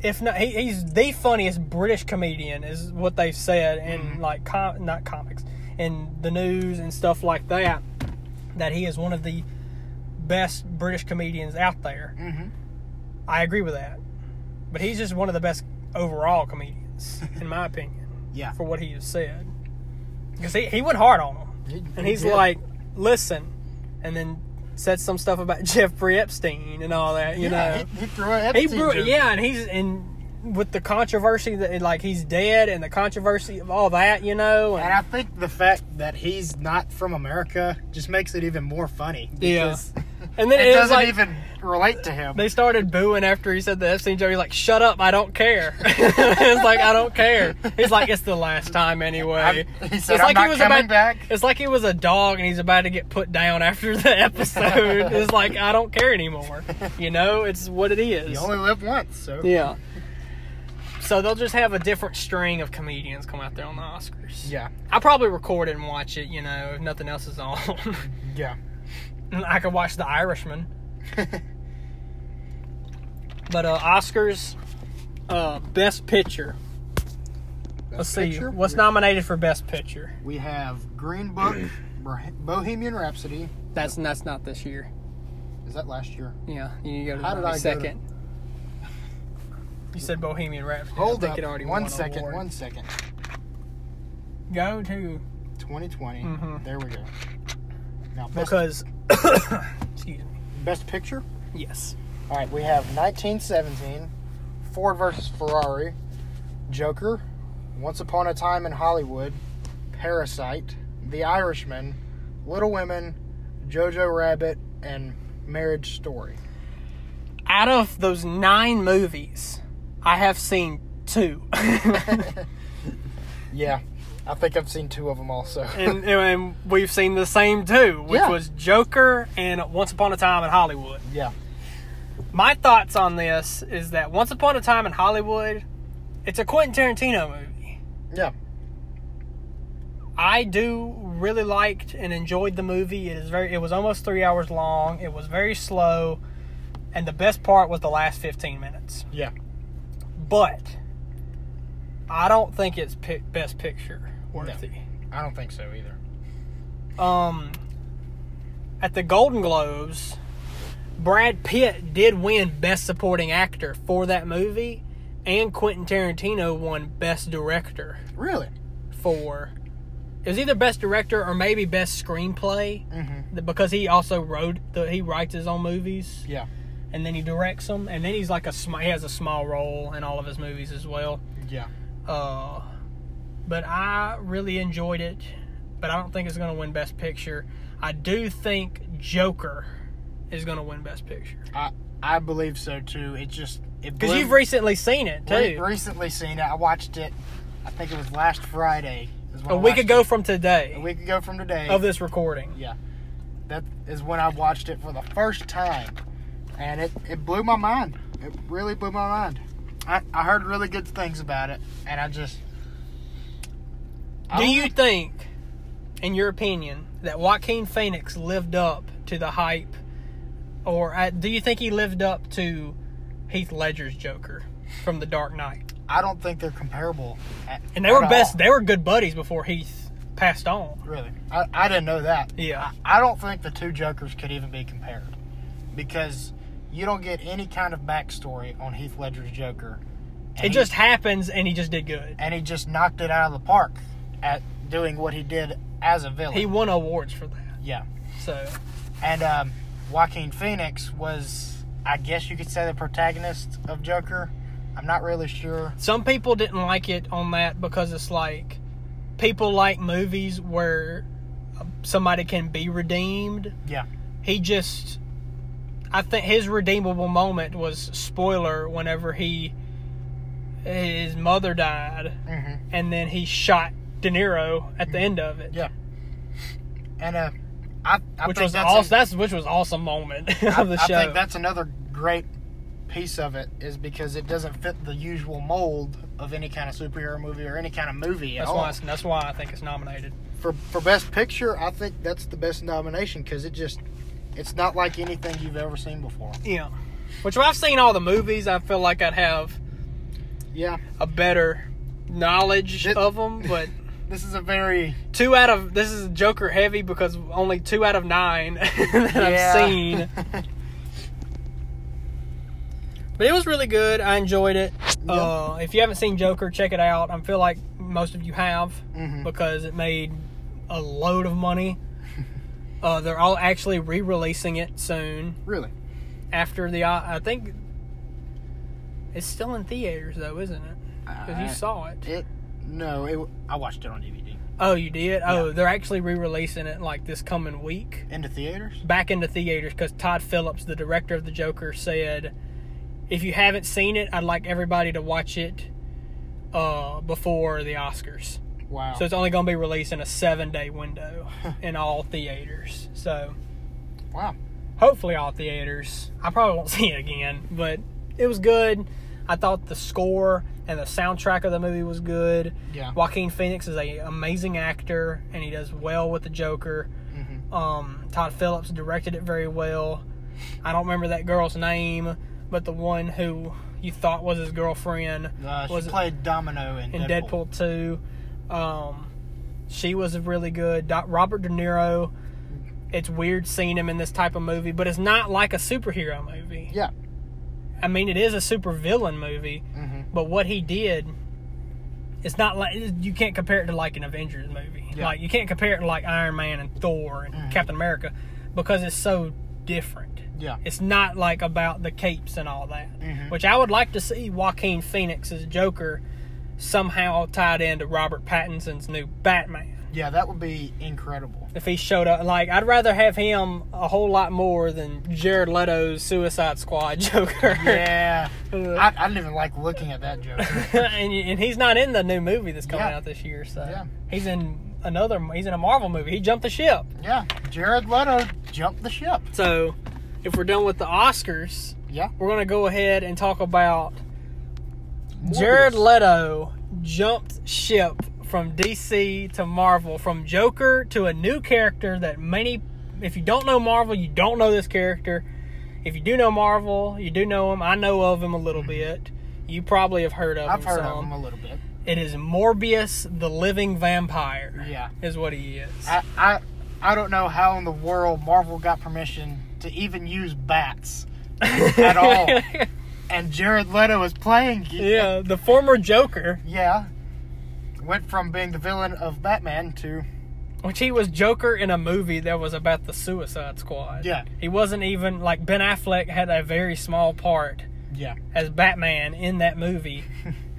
[SPEAKER 1] if not, he, he's the funniest British comedian, is what they've said in
[SPEAKER 2] Mm-hmm.
[SPEAKER 1] like com- not comics, in the news and stuff like that. That he is one of the best British comedians out there.
[SPEAKER 2] Mm-hmm.
[SPEAKER 1] I agree with that, but he's just one of the best overall comedians, in my opinion,
[SPEAKER 2] Yeah.
[SPEAKER 1] for what he has said. Because he, he went hard on him.
[SPEAKER 2] He-
[SPEAKER 1] And
[SPEAKER 2] he
[SPEAKER 1] he's
[SPEAKER 2] did.
[SPEAKER 1] like, listen, and then said some stuff about Jeffrey Epstein and all that, you
[SPEAKER 2] yeah,
[SPEAKER 1] know.
[SPEAKER 2] he, he threw an
[SPEAKER 1] He,
[SPEAKER 2] Epstein
[SPEAKER 1] bru-
[SPEAKER 2] joke.
[SPEAKER 1] yeah, and he's and with the controversy that like he's dead and the controversy of all that, you know.
[SPEAKER 2] And
[SPEAKER 1] And,
[SPEAKER 2] I think the fact that he's not from America just makes it even more funny.
[SPEAKER 1] Yeah.
[SPEAKER 2] because
[SPEAKER 1] and then
[SPEAKER 2] It,
[SPEAKER 1] it, was
[SPEAKER 2] doesn't
[SPEAKER 1] like
[SPEAKER 2] even relate to him.
[SPEAKER 1] they started booing after he said the Epstein joke. He's like, "Shut up, I don't care." it's like I don't care. He's like, "It's the last time anyway."
[SPEAKER 2] I'm- he said,
[SPEAKER 1] it's
[SPEAKER 2] "I'm
[SPEAKER 1] like
[SPEAKER 2] not coming
[SPEAKER 1] about,
[SPEAKER 2] back."
[SPEAKER 1] It's like he was a dog and he's about to get put down after the episode. it's like I don't care anymore. You know, it's what it is.
[SPEAKER 2] You only live once, so
[SPEAKER 1] Yeah. So they'll just have a different string of comedians come out there on the Oscars.
[SPEAKER 2] yeah,
[SPEAKER 1] I probably record it and watch it. You know, if nothing else is on,
[SPEAKER 2] yeah.
[SPEAKER 1] I could watch The Irishman. But uh, Oscars, uh, Best Picture. Let's see
[SPEAKER 2] Picture,
[SPEAKER 1] what's
[SPEAKER 2] we-
[SPEAKER 1] nominated for Best Picture.
[SPEAKER 2] We have Green Book, Bohe- Bohemian Rhapsody.
[SPEAKER 1] That's that's not this year.
[SPEAKER 2] Is that last year?
[SPEAKER 1] Yeah, you go to
[SPEAKER 2] How did I go to-
[SPEAKER 1] 92nd. You said Bohemian Rhapsody. I
[SPEAKER 2] Hold
[SPEAKER 1] think
[SPEAKER 2] up.
[SPEAKER 1] it already won
[SPEAKER 2] one
[SPEAKER 1] an
[SPEAKER 2] second.
[SPEAKER 1] award.
[SPEAKER 2] One second.
[SPEAKER 1] Go to
[SPEAKER 2] 2020.
[SPEAKER 1] Mhm.
[SPEAKER 2] There we go. Now, best,
[SPEAKER 1] because. excuse me.
[SPEAKER 2] best picture.
[SPEAKER 1] Yes.
[SPEAKER 2] All right, we have 1917, Ford versus Ferrari, Joker, Once Upon a Time in Hollywood, Parasite, The Irishman, Little Women, Jojo Rabbit, and Marriage Story.
[SPEAKER 1] Out of those nine movies, I have seen two,
[SPEAKER 2] Yeah, I think I've seen two of them also.
[SPEAKER 1] and, and we've seen the same two, which
[SPEAKER 2] Yeah.
[SPEAKER 1] was Joker and Once Upon a Time in Hollywood.
[SPEAKER 2] yeah,
[SPEAKER 1] my thoughts on this is that Once Upon a Time in Hollywood, it's a Quentin Tarantino movie.
[SPEAKER 2] yeah,
[SPEAKER 1] I do really liked and enjoyed the movie. It is very it was almost 3 hours long. It was very slow and the best part was the last 15 minutes.
[SPEAKER 2] yeah.
[SPEAKER 1] But I don't think it's pic- best picture worthy.
[SPEAKER 2] I don't think so either.
[SPEAKER 1] Um at the Golden Globes, Brad Pitt did win Best Supporting Actor for that movie, and Quentin Tarantino won Best Director
[SPEAKER 2] Really?
[SPEAKER 1] for. It was either Best Director or maybe Best Screenplay,
[SPEAKER 2] Mm-hmm.
[SPEAKER 1] th- because he also wrote the he writes his own movies
[SPEAKER 2] Yeah,
[SPEAKER 1] and then he directs them, and then he's like a sm- he has a small role in all of his movies as well.
[SPEAKER 2] yeah.
[SPEAKER 1] Uh, but I really enjoyed it. But I don't think it's going to win Best Picture. I do think Joker is going to win Best Picture
[SPEAKER 2] I I believe so too. It just it
[SPEAKER 1] because
[SPEAKER 2] blew-
[SPEAKER 1] you've recently seen it too.
[SPEAKER 2] Re- recently seen it. I watched it. I think it was last Friday. Is when
[SPEAKER 1] a
[SPEAKER 2] I
[SPEAKER 1] week
[SPEAKER 2] watched
[SPEAKER 1] ago from
[SPEAKER 2] it.
[SPEAKER 1] today
[SPEAKER 2] A week ago from today.
[SPEAKER 1] of this recording.
[SPEAKER 2] yeah, that is when I watched it for the first time, and it it blew my mind. It really blew my mind. I I heard really good things about it, and I just. I
[SPEAKER 1] Do
[SPEAKER 2] don't
[SPEAKER 1] you
[SPEAKER 2] know.
[SPEAKER 1] think, in your opinion, that Joaquin Phoenix lived up to the hype, or uh, do you think he lived up to Heath Ledger's Joker from The Dark Knight?
[SPEAKER 2] I don't think they're comparable. At,
[SPEAKER 1] And they
[SPEAKER 2] at
[SPEAKER 1] were
[SPEAKER 2] all,
[SPEAKER 1] best. They were good buddies before Heath passed on.
[SPEAKER 2] really, I, I didn't know that.
[SPEAKER 1] Yeah.
[SPEAKER 2] I don't think the two Jokers could even be compared because you don't get any kind of backstory on Heath Ledger's Joker. And
[SPEAKER 1] It
[SPEAKER 2] he-
[SPEAKER 1] just happens, and he just did good.
[SPEAKER 2] and he just knocked it out of the park at doing what he did as a villain.
[SPEAKER 1] He won awards for that.
[SPEAKER 2] yeah,
[SPEAKER 1] So
[SPEAKER 2] and um, Joaquin Phoenix was, I guess you could say, the protagonist of Joker, I'm not really sure.
[SPEAKER 1] Some people didn't like it on that because it's like people like movies where somebody can be redeemed.
[SPEAKER 2] Yeah.
[SPEAKER 1] He just I think his redeemable moment was spoiler whenever he his mother died
[SPEAKER 2] hmm
[SPEAKER 1] and then he shot De Niro at the end of it.
[SPEAKER 2] Yeah. And uh, I, I
[SPEAKER 1] which
[SPEAKER 2] think
[SPEAKER 1] was
[SPEAKER 2] that's
[SPEAKER 1] awesome.
[SPEAKER 2] a-
[SPEAKER 1] That's which was awesome moment of the
[SPEAKER 2] I
[SPEAKER 1] show.
[SPEAKER 2] think that's another great piece of it is because it doesn't fit the usual mold of any kind of superhero movie or any kind of movie at
[SPEAKER 1] That's
[SPEAKER 2] all.
[SPEAKER 1] why. It's, that's why I think it's nominated.
[SPEAKER 2] for for best picture, I think that's the best nomination because it just it's not like anything you've ever seen before.
[SPEAKER 1] Yeah. Which when I've seen all the movies, I feel like I'd have
[SPEAKER 2] Yeah,
[SPEAKER 1] a better knowledge
[SPEAKER 2] It-
[SPEAKER 1] of 'em, of them. But
[SPEAKER 2] this is a very
[SPEAKER 1] two out of this is Joker heavy because only two out of nine that
[SPEAKER 2] Yeah.
[SPEAKER 1] I've seen. But it was really good. I enjoyed it. Uh, if you haven't seen Joker, check it out. I feel like most of you have
[SPEAKER 2] Mhm.
[SPEAKER 1] because it made a load of money. uh, they're all actually re-releasing it soon.
[SPEAKER 2] really
[SPEAKER 1] after the uh, I I think it's still in theaters though, isn't it? Because you
[SPEAKER 2] I-
[SPEAKER 1] saw it.
[SPEAKER 2] it. Uh, No, it, I watched it on DVD
[SPEAKER 1] Oh, you did. Oh, they're actually re-releasing it like this coming week
[SPEAKER 2] into theaters.
[SPEAKER 1] back into theaters because Todd Phillips, the director of the Joker, said, "If you haven't seen it, I'd like everybody to watch it uh, before the Oscars."
[SPEAKER 2] Wow.
[SPEAKER 1] So it's only going to be released in a seven-day window in all theaters. So
[SPEAKER 2] wow.
[SPEAKER 1] hopefully all theaters. I probably won't see it again, but it was good. I thought the score and the soundtrack of the movie was good.
[SPEAKER 2] Yeah.
[SPEAKER 1] Joaquin Phoenix is an amazing actor, and he does well with the Joker. Um, Todd Phillips directed it very well. I don't remember that girl's name, but the one who you thought was his girlfriend
[SPEAKER 2] Uh, she
[SPEAKER 1] was
[SPEAKER 2] played Domino in,
[SPEAKER 1] in
[SPEAKER 2] Deadpool.
[SPEAKER 1] Deadpool, 2. Um, she was really good. Doc, Robert De Niro, it's weird seeing him in this type of movie, but it's not like a superhero movie.
[SPEAKER 2] Yeah.
[SPEAKER 1] I mean, it is a supervillain movie,
[SPEAKER 2] Mhm.
[SPEAKER 1] but what he did, it's not like you can't compare it to like an Avengers movie.
[SPEAKER 2] Yeah.
[SPEAKER 1] Like you can't compare it to like Iron Man and Thor and Captain America because it's so different.
[SPEAKER 2] Yeah.
[SPEAKER 1] It's not like about the capes and all that,
[SPEAKER 2] Mhm.
[SPEAKER 1] which I would like to see Joaquin Phoenix's Joker somehow tied into Robert Pattinson's new Batman.
[SPEAKER 2] Yeah, that would be incredible.
[SPEAKER 1] If he showed up, like I'd rather have him a whole lot more than Jared Leto's Suicide Squad Joker.
[SPEAKER 2] Yeah. I, I didn't even like looking at that joke.
[SPEAKER 1] and, and he's not in the new movie that's coming
[SPEAKER 2] Yeah.
[SPEAKER 1] out this year, so
[SPEAKER 2] Yeah.
[SPEAKER 1] he's in another. He's in a Marvel movie. He jumped the ship.
[SPEAKER 2] yeah. Jared Leto jumped the ship.
[SPEAKER 1] So, if we're done with the Oscars,
[SPEAKER 2] Yeah.
[SPEAKER 1] we're gonna go ahead and talk about Jared Leto jumped ship from DC to Marvel, from Joker to a new character that many, if you don't know Marvel, you don't know this character. If you do know Marvel, you do know him. I know of him a little bit. You probably have heard of
[SPEAKER 2] Mm-hmm. I've
[SPEAKER 1] him.
[SPEAKER 2] heard
[SPEAKER 1] some.
[SPEAKER 2] of him a little bit.
[SPEAKER 1] It is Morbius, the living vampire.
[SPEAKER 2] Yeah.
[SPEAKER 1] is what he is.
[SPEAKER 2] I, I I don't know how in the world Marvel got permission to even use bats at all. and Jared Leto is playing.
[SPEAKER 1] yeah, the former Joker,
[SPEAKER 2] Yeah. Went from being the villain of Batman to
[SPEAKER 1] which he was Joker in a movie that was about the Suicide Squad.
[SPEAKER 2] Yeah.
[SPEAKER 1] he wasn't even like Ben Affleck had a very small part
[SPEAKER 2] yeah.
[SPEAKER 1] as Batman in that movie,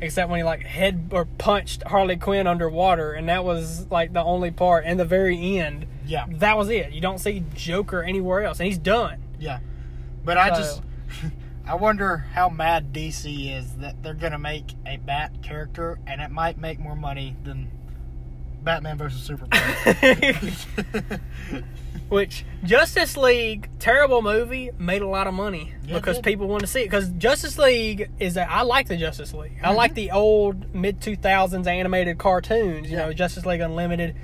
[SPEAKER 1] except when he like head or punched Harley Quinn underwater, and that was like the only part. And the very end,
[SPEAKER 2] Yeah.
[SPEAKER 1] that was it. You don't see Joker anywhere else, and he's done.
[SPEAKER 2] Yeah. But I
[SPEAKER 1] So-
[SPEAKER 2] just I wonder how mad DC is that they're going to make a bat character and it might make more money than Batman versus Superman.
[SPEAKER 1] Which Justice League, terrible movie, made a lot of money
[SPEAKER 2] Yeah, it
[SPEAKER 1] because
[SPEAKER 2] did.
[SPEAKER 1] people want to see it. Because Justice League is that I like the Justice League. I
[SPEAKER 2] Mm-hmm.
[SPEAKER 1] like the old mid two thousands animated cartoons. You
[SPEAKER 2] Yeah.
[SPEAKER 1] know, Justice League Unlimited,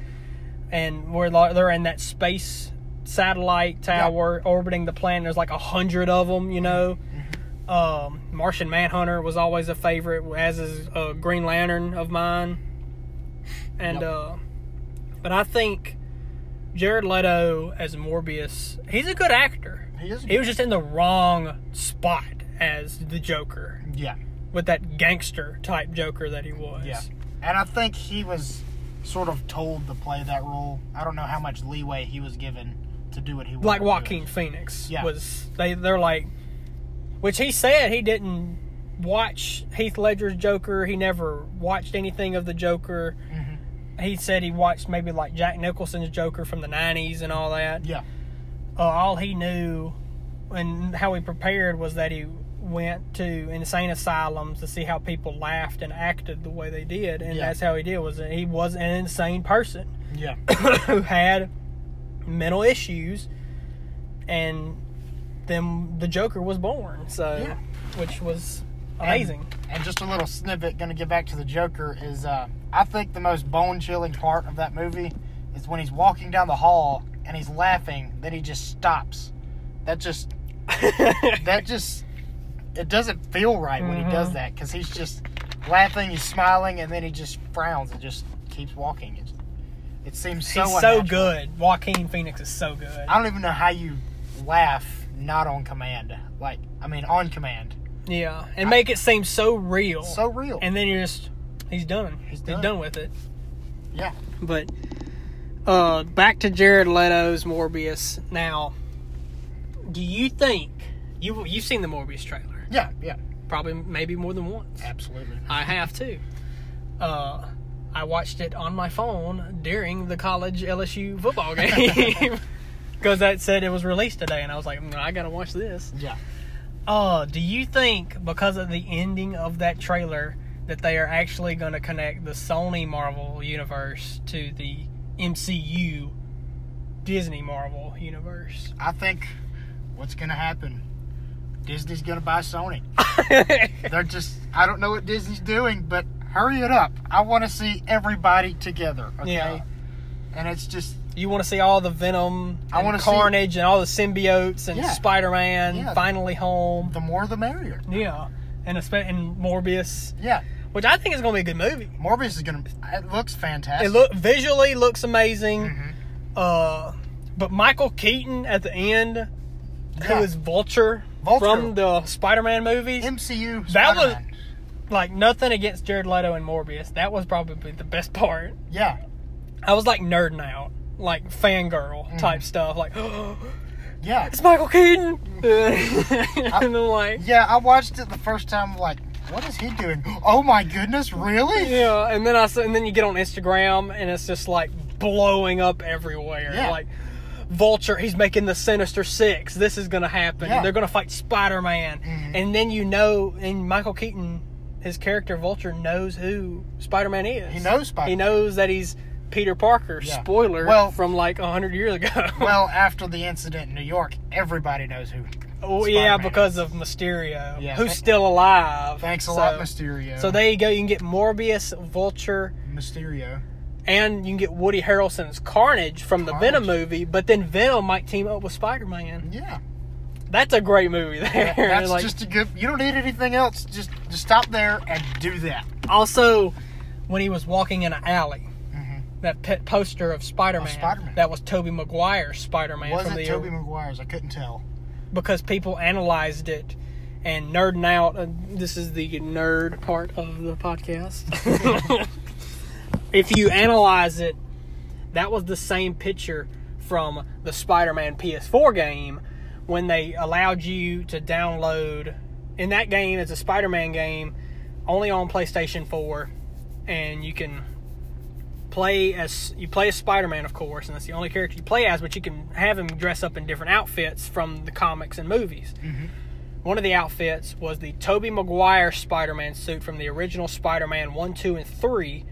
[SPEAKER 1] and where like, they're in that space satellite tower orbiting the planet. There's like a hundred of them. You know.
[SPEAKER 2] Mm-hmm.
[SPEAKER 1] Um, Martian Manhunter was always a favorite, as is uh, Green Lantern of mine. And
[SPEAKER 2] Yep.
[SPEAKER 1] uh, but I think Jared Leto as Morbius, he's a good actor.
[SPEAKER 2] he is
[SPEAKER 1] He was just in the wrong spot as the Joker
[SPEAKER 2] Yeah.
[SPEAKER 1] with that gangster type Joker that he was.
[SPEAKER 2] Yeah. And I think he was sort of told to play that role. I don't know how much leeway he was given to do what he wanted.
[SPEAKER 1] Like
[SPEAKER 2] to do.
[SPEAKER 1] Joaquin Phoenix
[SPEAKER 2] Yeah.
[SPEAKER 1] was they they're like which he said he didn't watch Heath Ledger's Joker. He never watched anything of the Joker.
[SPEAKER 2] Mm-hmm.
[SPEAKER 1] He said he watched maybe like Jack Nicholson's Joker from the 90s and all that.
[SPEAKER 2] Yeah.
[SPEAKER 1] Uh, all he knew and how he prepared was that he went to insane asylums to see how people laughed and acted the way they did. And
[SPEAKER 2] Yeah.
[SPEAKER 1] that's how he did was that he was an insane person
[SPEAKER 2] Yeah.
[SPEAKER 1] who had mental issues and then the Joker was born. So
[SPEAKER 2] Yeah.
[SPEAKER 1] which was amazing.
[SPEAKER 2] And just a little snippet, going to get back to the Joker, is uh, I think the most bone chilling part of that movie is when he's walking down the hall and he's laughing, then he just stops. That just, that just, it doesn't feel right when he
[SPEAKER 1] Mm-hmm.
[SPEAKER 2] does that because he's just laughing, he's smiling, and then he just frowns and just keeps walking. It, it seems so
[SPEAKER 1] He's so
[SPEAKER 2] unnatural.
[SPEAKER 1] good. Joaquin Phoenix is so good.
[SPEAKER 2] I don't even know how you laugh not on command. Like, I mean, on command.
[SPEAKER 1] yeah. And make it seem so real.
[SPEAKER 2] So real.
[SPEAKER 1] and then you're just he's done. He's done,
[SPEAKER 2] done.
[SPEAKER 1] with it.
[SPEAKER 2] yeah.
[SPEAKER 1] But uh back to Jared Leto's Morbius now. Do you think you you've seen the Morbius trailer?
[SPEAKER 2] Yeah. Yeah.
[SPEAKER 1] Probably maybe more than once.
[SPEAKER 2] Absolutely.
[SPEAKER 1] I have too. Uh, I watched it on my phone during the college LSU football game because that said it was released today, and I was like, "Mm, I gotta watch this.
[SPEAKER 2] Yeah.
[SPEAKER 1] Uh, do you think because of the ending of that trailer that they are actually going to connect the Sony Marvel universe to the MCU Disney Marvel universe?
[SPEAKER 2] I think what's gonna happen? Disney's gonna buy Sony. They're just I don't know what Disney's doing, but hurry it up. I want to see everybody together. Okay.
[SPEAKER 1] Yeah.
[SPEAKER 2] And it's just
[SPEAKER 1] You want to see all the Venom,
[SPEAKER 2] I
[SPEAKER 1] and
[SPEAKER 2] wanna see-
[SPEAKER 1] Carnage, and all the symbiotes, and
[SPEAKER 2] Yeah.
[SPEAKER 1] Spider-Man
[SPEAKER 2] Yeah.
[SPEAKER 1] finally home.
[SPEAKER 2] the more the merrier.
[SPEAKER 1] Yeah, and it's been- and Morbius,
[SPEAKER 2] Yeah.
[SPEAKER 1] which I think is going to be a good movie.
[SPEAKER 2] Morbius is gonna. It looks fantastic.
[SPEAKER 1] It look visually looks amazing.
[SPEAKER 2] Mhm.
[SPEAKER 1] Uh, but Michael Keaton at the end,
[SPEAKER 2] Yeah.
[SPEAKER 1] who is Vulture,
[SPEAKER 2] Vulture.
[SPEAKER 1] from the Spider-Man movies,
[SPEAKER 2] MCU.
[SPEAKER 1] That was-
[SPEAKER 2] Spider-Man.
[SPEAKER 1] like nothing against Jared Leto and Morbius. That was probably the best part.
[SPEAKER 2] Yeah.
[SPEAKER 1] I was like nerding out, like fangirl
[SPEAKER 2] Mm-hmm.
[SPEAKER 1] type stuff. Like,
[SPEAKER 2] Yeah.
[SPEAKER 1] it's Michael Keaton, and I'm like.
[SPEAKER 2] Yeah. I watched it the first time. Like, what is he doing? Oh my goodness! Really?
[SPEAKER 1] Yeah, and then I s- and then you get on Instagram and it's just like blowing up everywhere.
[SPEAKER 2] Yeah.
[SPEAKER 1] Like Vulture, he's making the Sinister Six. This is gonna happen.
[SPEAKER 2] Yeah. Mm-hmm.
[SPEAKER 1] They're gonna fight Spider Man, and then you know, and Michael Keaton, his character Vulture knows who Spider Man is.
[SPEAKER 2] He knows Spider-Man.
[SPEAKER 1] He knows that he's Peter Parker.
[SPEAKER 2] Yeah.
[SPEAKER 1] Spoiler.
[SPEAKER 2] Well-
[SPEAKER 1] from like hundred years ago.
[SPEAKER 2] Well, after the incident in New York, everybody knows who.
[SPEAKER 1] Oh, yeah,
[SPEAKER 2] Spider-Man
[SPEAKER 1] because of Mysterio,
[SPEAKER 2] Yeah,
[SPEAKER 1] who's
[SPEAKER 2] thank-
[SPEAKER 1] still alive.
[SPEAKER 2] Thanks a
[SPEAKER 1] So-
[SPEAKER 2] lot, Mysterio.
[SPEAKER 1] So there you go. You can get Morbius, Vulture.
[SPEAKER 2] Mysterio.
[SPEAKER 1] and you can get Woody Harrelson's Carnage from the
[SPEAKER 2] Carnage.
[SPEAKER 1] Venom movie, but then Venom might team up with Spider Man.
[SPEAKER 2] Yeah,
[SPEAKER 1] That's a great movie there.
[SPEAKER 2] that's
[SPEAKER 1] Like,
[SPEAKER 2] just a good. You don't need anything else. Just just stop there and do that.
[SPEAKER 1] also when he was walking in an alley.
[SPEAKER 2] Mhm.
[SPEAKER 1] That pet poster of Spider
[SPEAKER 2] Of Spider-Man.
[SPEAKER 1] Man. That was Toby Maguire's Spider Man
[SPEAKER 2] Was
[SPEAKER 1] from the
[SPEAKER 2] it Toby Maguire's? I couldn't tell.
[SPEAKER 1] because people analyzed it and nerding out. Uh, this is the nerd part of the podcast. if you analyze it, that was the same picture from the Spider Man PS4 game when they allowed you to download. In that game, it's a Spider Man game only on PlayStation 4, and you can play as you play as Spider-Man, of course, and that's the only character you play as. But you can have him dress up in different outfits from the comics and movies. One of the outfits was the Tobey Maguire Spider-Man suit from the original Spider-Man one, two, and three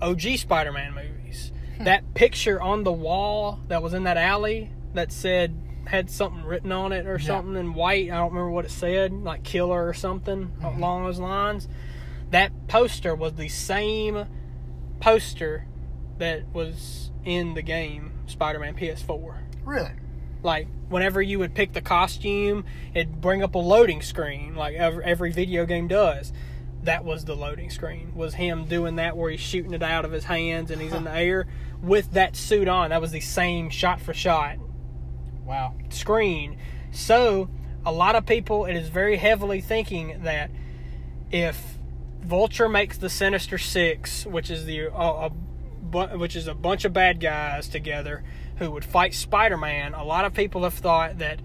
[SPEAKER 1] OG Spider-Man movies. That picture on the wall that was in that alley that said had something written on it or something in white. I don't remember what it said, like killer or something along those lines. That poster was the same poster that was in the game Spider-Man PS4.
[SPEAKER 2] Really?
[SPEAKER 1] Like whenever you would pick the costume, it'd bring up a loading screen, like every, every video game does. That was the loading screen. Was him doing that where he's shooting it out of his hands and he's in the air with that suit on. That was the same shot for shot
[SPEAKER 2] Wow.
[SPEAKER 1] screen. So, a lot of people, it is very heavily thinking that if Vulture makes the Sinister Six, which is the uh, a, bu- which is a bunch of bad guys together who would fight Spider-Man, a lot of people have thought that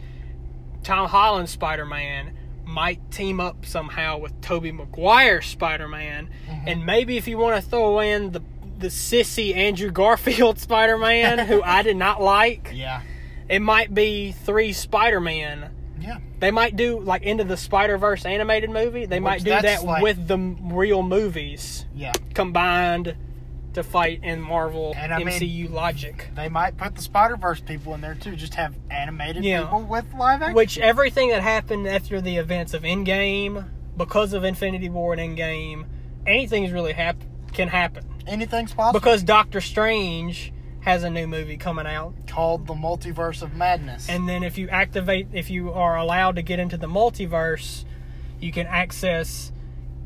[SPEAKER 1] Tom Holland's Spider-Man might team up somehow with Toby Maguire's Spider-Man, and maybe if you want to throw in the the sissy Andrew Garfield Spider-Man, who I did not like,
[SPEAKER 2] Yeah.
[SPEAKER 1] it might be three Spider-Man.
[SPEAKER 2] Yeah.
[SPEAKER 1] They might do like into the Spider Verse animated movie. They might do
[SPEAKER 2] that's
[SPEAKER 1] that
[SPEAKER 2] like-
[SPEAKER 1] with the m- real movies
[SPEAKER 2] Yeah.
[SPEAKER 1] combined to fight in Marvel
[SPEAKER 2] And I mean-
[SPEAKER 1] MCU logic.
[SPEAKER 2] They might put the Spider Verse people in there too. Just have animated
[SPEAKER 1] Yeah.
[SPEAKER 2] people with live action.
[SPEAKER 1] Which everything that happened after the events of Endgame, because of Infinity War and Endgame, anything's really hap- can happen
[SPEAKER 2] Anything's possible.
[SPEAKER 1] because Doctor Strange has a new movie coming out.
[SPEAKER 2] Called the Multiverse of Madness.
[SPEAKER 1] And then if you activate, if you are allowed to get into the multiverse, you can access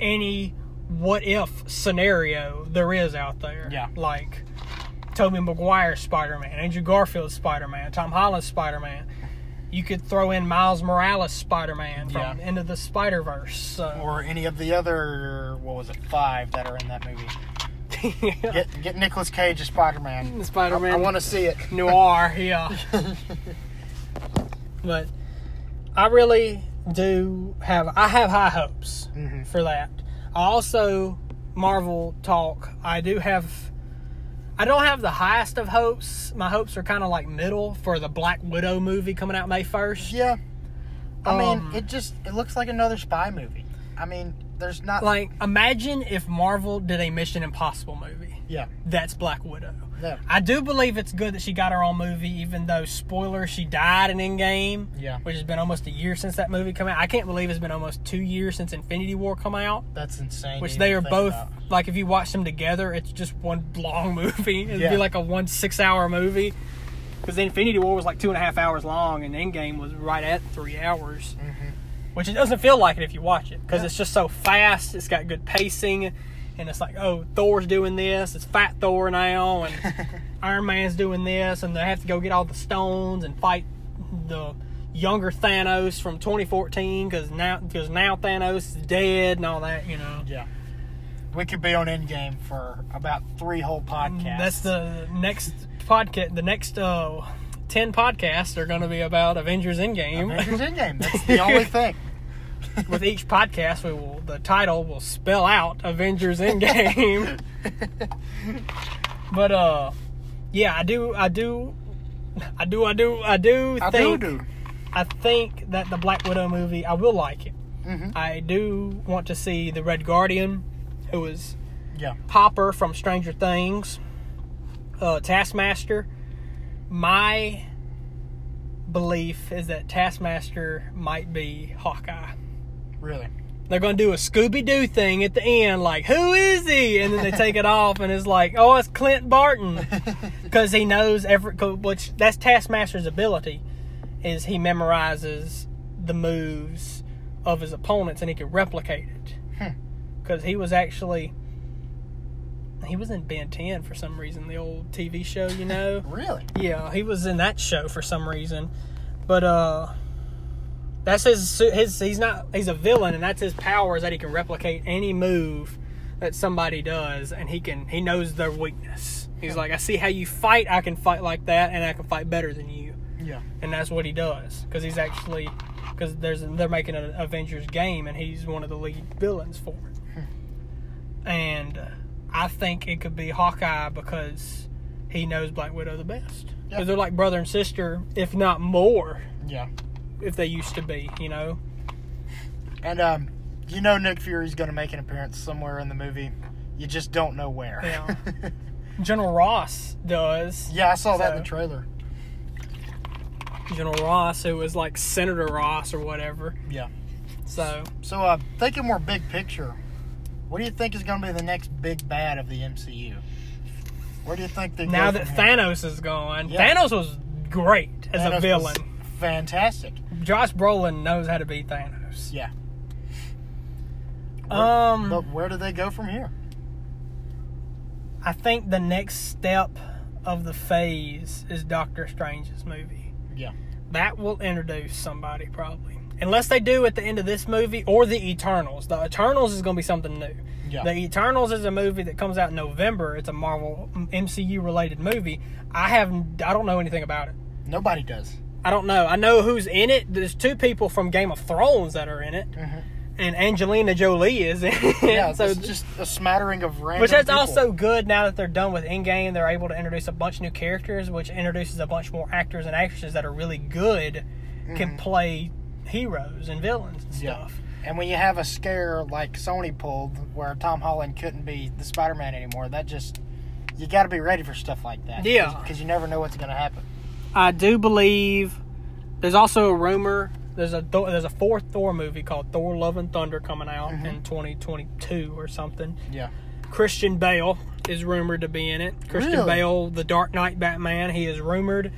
[SPEAKER 1] any what if scenario there is out there.
[SPEAKER 2] Yeah.
[SPEAKER 1] Like Tobey Maguire's Spider Man, Andrew Garfield's Spider Man, Tom Holland's Spider Man. You could throw in Miles Morales' Spider Man from
[SPEAKER 2] Yeah.
[SPEAKER 1] Into the Spider Verse. So.
[SPEAKER 2] or any of the other what was it five that are in that movie? Get get Nicolas Cage as Spider Man.
[SPEAKER 1] Spider
[SPEAKER 2] I want to see it.
[SPEAKER 1] noir, yeah. but I really do have I have high hopes
[SPEAKER 2] Mhm.
[SPEAKER 1] for that. I also Marvel talk. I do have. I don't have the highest of hopes. My hopes are kind of like middle for the Black Widow movie coming out May first.
[SPEAKER 2] Yeah. I
[SPEAKER 1] Um,
[SPEAKER 2] mean, it just it looks like another spy movie. I mean, there's not
[SPEAKER 1] Like, imagine if Marvel did a Mission Impossible movie.
[SPEAKER 2] yeah.
[SPEAKER 1] That's Black Widow.
[SPEAKER 2] Yeah.
[SPEAKER 1] I do believe it's good that she got her own movie, even though spoiler, she died in Endgame.
[SPEAKER 2] Yeah.
[SPEAKER 1] Which has been almost a year since that movie come out. I can't believe it's been almost two years since Infinity War come out.
[SPEAKER 2] That's insane.
[SPEAKER 1] Which
[SPEAKER 2] to
[SPEAKER 1] they
[SPEAKER 2] even
[SPEAKER 1] are
[SPEAKER 2] think
[SPEAKER 1] both
[SPEAKER 2] about.
[SPEAKER 1] like if you watch them together, it's just one long movie. It'd
[SPEAKER 2] Yeah.
[SPEAKER 1] be like a one six hour movie. Because Infinity War was like two and a half hours long, and Endgame was right at three hours. Which it doesn't feel like it if you watch it, because
[SPEAKER 2] Yeah.
[SPEAKER 1] it's just so fast. It's got good pacing, and it's like, oh, Thor's doing this. It's Fat Thor now, and Iron Man's doing this, and they have to go get all the stones and fight the younger Thanos from 2014, because now, because now Thanos is dead and all that, you know.
[SPEAKER 2] Yeah. We could be on Endgame for about three whole podcasts.
[SPEAKER 1] Mm, That's the next podcast. The next uh, ten podcasts are going to be about Avengers Endgame.
[SPEAKER 2] Avengers Endgame. That's the only thing.
[SPEAKER 1] With each podcast, we will the title will spell out Avengers Endgame. but uh, yeah, I do, I do, I do, I do, I do
[SPEAKER 2] I do
[SPEAKER 1] think
[SPEAKER 2] do.
[SPEAKER 1] I think that the Black Widow movie, I will like it.
[SPEAKER 2] Mhm.
[SPEAKER 1] I do want to see the Red Guardian, who is
[SPEAKER 2] Yeah.
[SPEAKER 1] Hopper from Stranger Things, uh, Taskmaster. My belief is that Taskmaster might be Hawkeye.
[SPEAKER 2] Really.
[SPEAKER 1] They're going to do a Scooby Doo thing at the end, like, who is he? And then they take it off, and it's like, oh, it's Clint Barton. Because he knows every, 'cause- which that's Taskmaster's ability, is he memorizes the moves of his opponents and he can replicate
[SPEAKER 2] Hmm.
[SPEAKER 1] it. Because he was actually, he was in Ben 10 for some reason, the old TV show, you know?
[SPEAKER 2] Really.
[SPEAKER 1] Yeah, he was in that show for some reason, but uh, that's his su- his he's not he's a villain, and that's his power is that he can replicate any move that somebody does, and he can he knows their weakness. He's like, I see how you fight, I can fight like that, and I can fight better than you,
[SPEAKER 2] Yeah.
[SPEAKER 1] and that's what he does because he's actually because there's they're making an Avengers game, and he's one of the lead villains for it, and uh, I think it could be Hawkeye because he knows Black Widow the best.
[SPEAKER 2] Yeah.
[SPEAKER 1] Because they're like brother and sister, if not more,
[SPEAKER 2] Yeah.
[SPEAKER 1] if they used to be, you know?
[SPEAKER 2] And um, you know Nick Fury's going to make an appearance somewhere in the movie. You just don't know where.
[SPEAKER 1] Yeah. General Ross does.
[SPEAKER 2] Yeah, I saw that in the
[SPEAKER 1] So-
[SPEAKER 2] trailer.
[SPEAKER 1] General Ross, who was like Senator Ross or whatever.
[SPEAKER 2] Yeah.
[SPEAKER 1] So,
[SPEAKER 2] So, uh, thinking more big picture, what do you think is going to be the next big bad of the MCU? Where do you think they
[SPEAKER 1] now
[SPEAKER 2] go
[SPEAKER 1] that
[SPEAKER 2] from here?
[SPEAKER 1] Thanos is gone,
[SPEAKER 2] Yeah.
[SPEAKER 1] Thanos was great as
[SPEAKER 2] Thanos
[SPEAKER 1] a
[SPEAKER 2] was
[SPEAKER 1] villain.
[SPEAKER 2] fantastic.
[SPEAKER 1] Josh Brolin knows how to be Thanos.
[SPEAKER 2] Yeah.
[SPEAKER 1] Um,
[SPEAKER 2] But where do they go from here?
[SPEAKER 1] I think the next step of the phase is Doctor Strange's movie.
[SPEAKER 2] Yeah.
[SPEAKER 1] That will introduce somebody probably. Unless they do at the end of this movie or the Eternals. The Eternals is going to be something new.
[SPEAKER 2] Yeah.
[SPEAKER 1] The Eternals is a movie that comes out in November. It's a Marvel MCU related movie. I have I don't know anything about it.
[SPEAKER 2] Nobody does.
[SPEAKER 1] I don't know. I know who's in it. There's two people from Game of Thrones that are in it, and Angelina Jolie is in it.
[SPEAKER 2] Mm-hmm. Yeah,
[SPEAKER 1] so
[SPEAKER 2] so just a smattering of random.
[SPEAKER 1] which that's
[SPEAKER 2] people.
[SPEAKER 1] also good now that they're done with Endgame. They're able to introduce a bunch of new characters, which introduces a bunch more actors and actresses that are really good, can play heroes and villains and
[SPEAKER 2] Mm-hmm. Yeah.
[SPEAKER 1] stuff.
[SPEAKER 2] And when you have a scare like Sony pulled, where Tom Holland couldn't be the Spider-Man anymore, that just you got to be ready for stuff like that.
[SPEAKER 1] Yeah.
[SPEAKER 2] because you never know what's gonna happen.
[SPEAKER 1] I do believe there's also a rumor there's a Thor, there's a fourth Thor movie called Thor: Love and Thunder coming out
[SPEAKER 2] Mm-hmm.
[SPEAKER 1] in 2022 or something.
[SPEAKER 2] Yeah,
[SPEAKER 1] Christian Bale is rumored to be in it. Christian
[SPEAKER 2] Really?
[SPEAKER 1] Bale, the Dark Knight Batman, he is rumored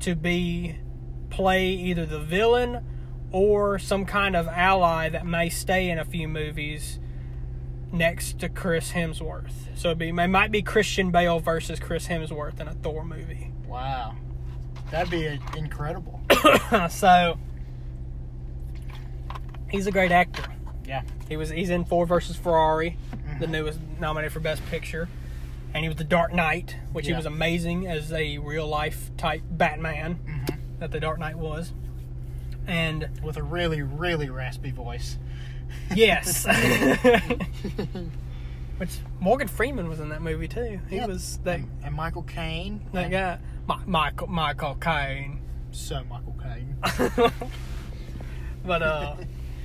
[SPEAKER 1] to be play either the villain or some kind of ally that may stay in a few movies next to Chris Hemsworth. So it'd be, it might be Christian Bale versus Chris Hemsworth in a Thor movie.
[SPEAKER 2] wow, that'd be uh, incredible.
[SPEAKER 1] so he's a great actor.
[SPEAKER 2] yeah, Mm-hmm.
[SPEAKER 1] He was he's in Ford versus Ferrari, the newest nominated for Best Picture, and he was the Dark Knight, which he
[SPEAKER 2] Yeah.
[SPEAKER 1] was amazing as a real life type Batman
[SPEAKER 2] Mm-hmm.
[SPEAKER 1] that the Dark Knight was. And
[SPEAKER 2] with a really really raspy voice.
[SPEAKER 1] yes, which Morgan Freeman was in that movie too. He
[SPEAKER 2] Yeah.
[SPEAKER 1] was that
[SPEAKER 2] and, and Michael Caine.
[SPEAKER 1] that guy, Mi- Michael Michael Caine.
[SPEAKER 2] So Michael Caine.
[SPEAKER 1] But uh,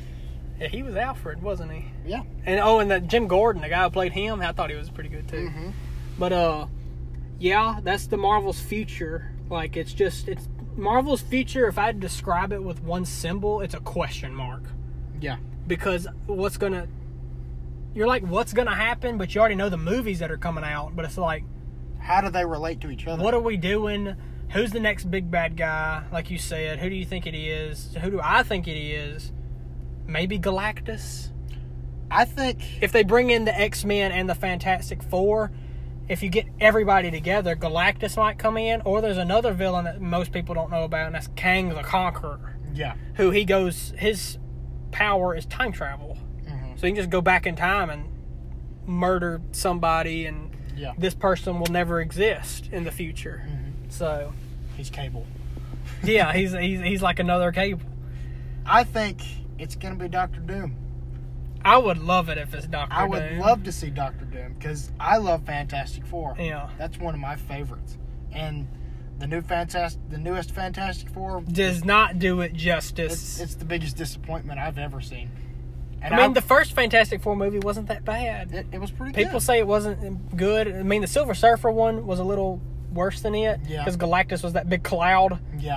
[SPEAKER 1] yeah, he was Alfred, wasn't he?
[SPEAKER 2] yeah.
[SPEAKER 1] And oh, and that Jim Gordon, the guy who played him, I thought he was pretty good too. But uh, yeah, that's the Marvel's future. Like it's just it's Marvel's future. If I had to describe it with one symbol, it's a question mark
[SPEAKER 2] Yeah.
[SPEAKER 1] because what's gonna you're like what's gonna happen, but you already know the movies that are coming out. But it's like
[SPEAKER 2] How do they relate to each other?
[SPEAKER 1] what are we doing? Who's the next big bad guy? Like you said, who do you think it is? Who do I think it is? Maybe Galactus.
[SPEAKER 2] I think.
[SPEAKER 1] if they bring in the X Men and the Fantastic Four, if you get everybody together, Galactus might come in, or there's another villain that most people don't know about, and that's Kang the Conqueror,
[SPEAKER 2] Yeah.
[SPEAKER 1] who he goes his power is time travel,
[SPEAKER 2] Mm-hmm.
[SPEAKER 1] so he can just go back in time and murder somebody, and
[SPEAKER 2] Yeah.
[SPEAKER 1] this person will never exist in the future.
[SPEAKER 2] Mm-hmm.
[SPEAKER 1] So
[SPEAKER 2] He's Cable.
[SPEAKER 1] yeah, he's, he's he's like another cable.
[SPEAKER 2] I think it's gonna be Doctor Doom.
[SPEAKER 1] I would love it if it's Doctor.
[SPEAKER 2] I would love to see Doctor Doom because I love Fantastic Four.
[SPEAKER 1] Yeah.
[SPEAKER 2] That's one of my favorites. And the new Fantastic, the newest Fantastic Four,
[SPEAKER 1] Does not do it justice.
[SPEAKER 2] it's, it's the biggest disappointment I've ever seen. And
[SPEAKER 1] I mean, the first Fantastic Four movie wasn't that bad.
[SPEAKER 2] it, it was pretty
[SPEAKER 1] People
[SPEAKER 2] good.
[SPEAKER 1] say it wasn't good. I mean, the Silver Surfer one was a little worse than it
[SPEAKER 2] Yeah.
[SPEAKER 1] because Galactus was that big cloud,
[SPEAKER 2] yeah,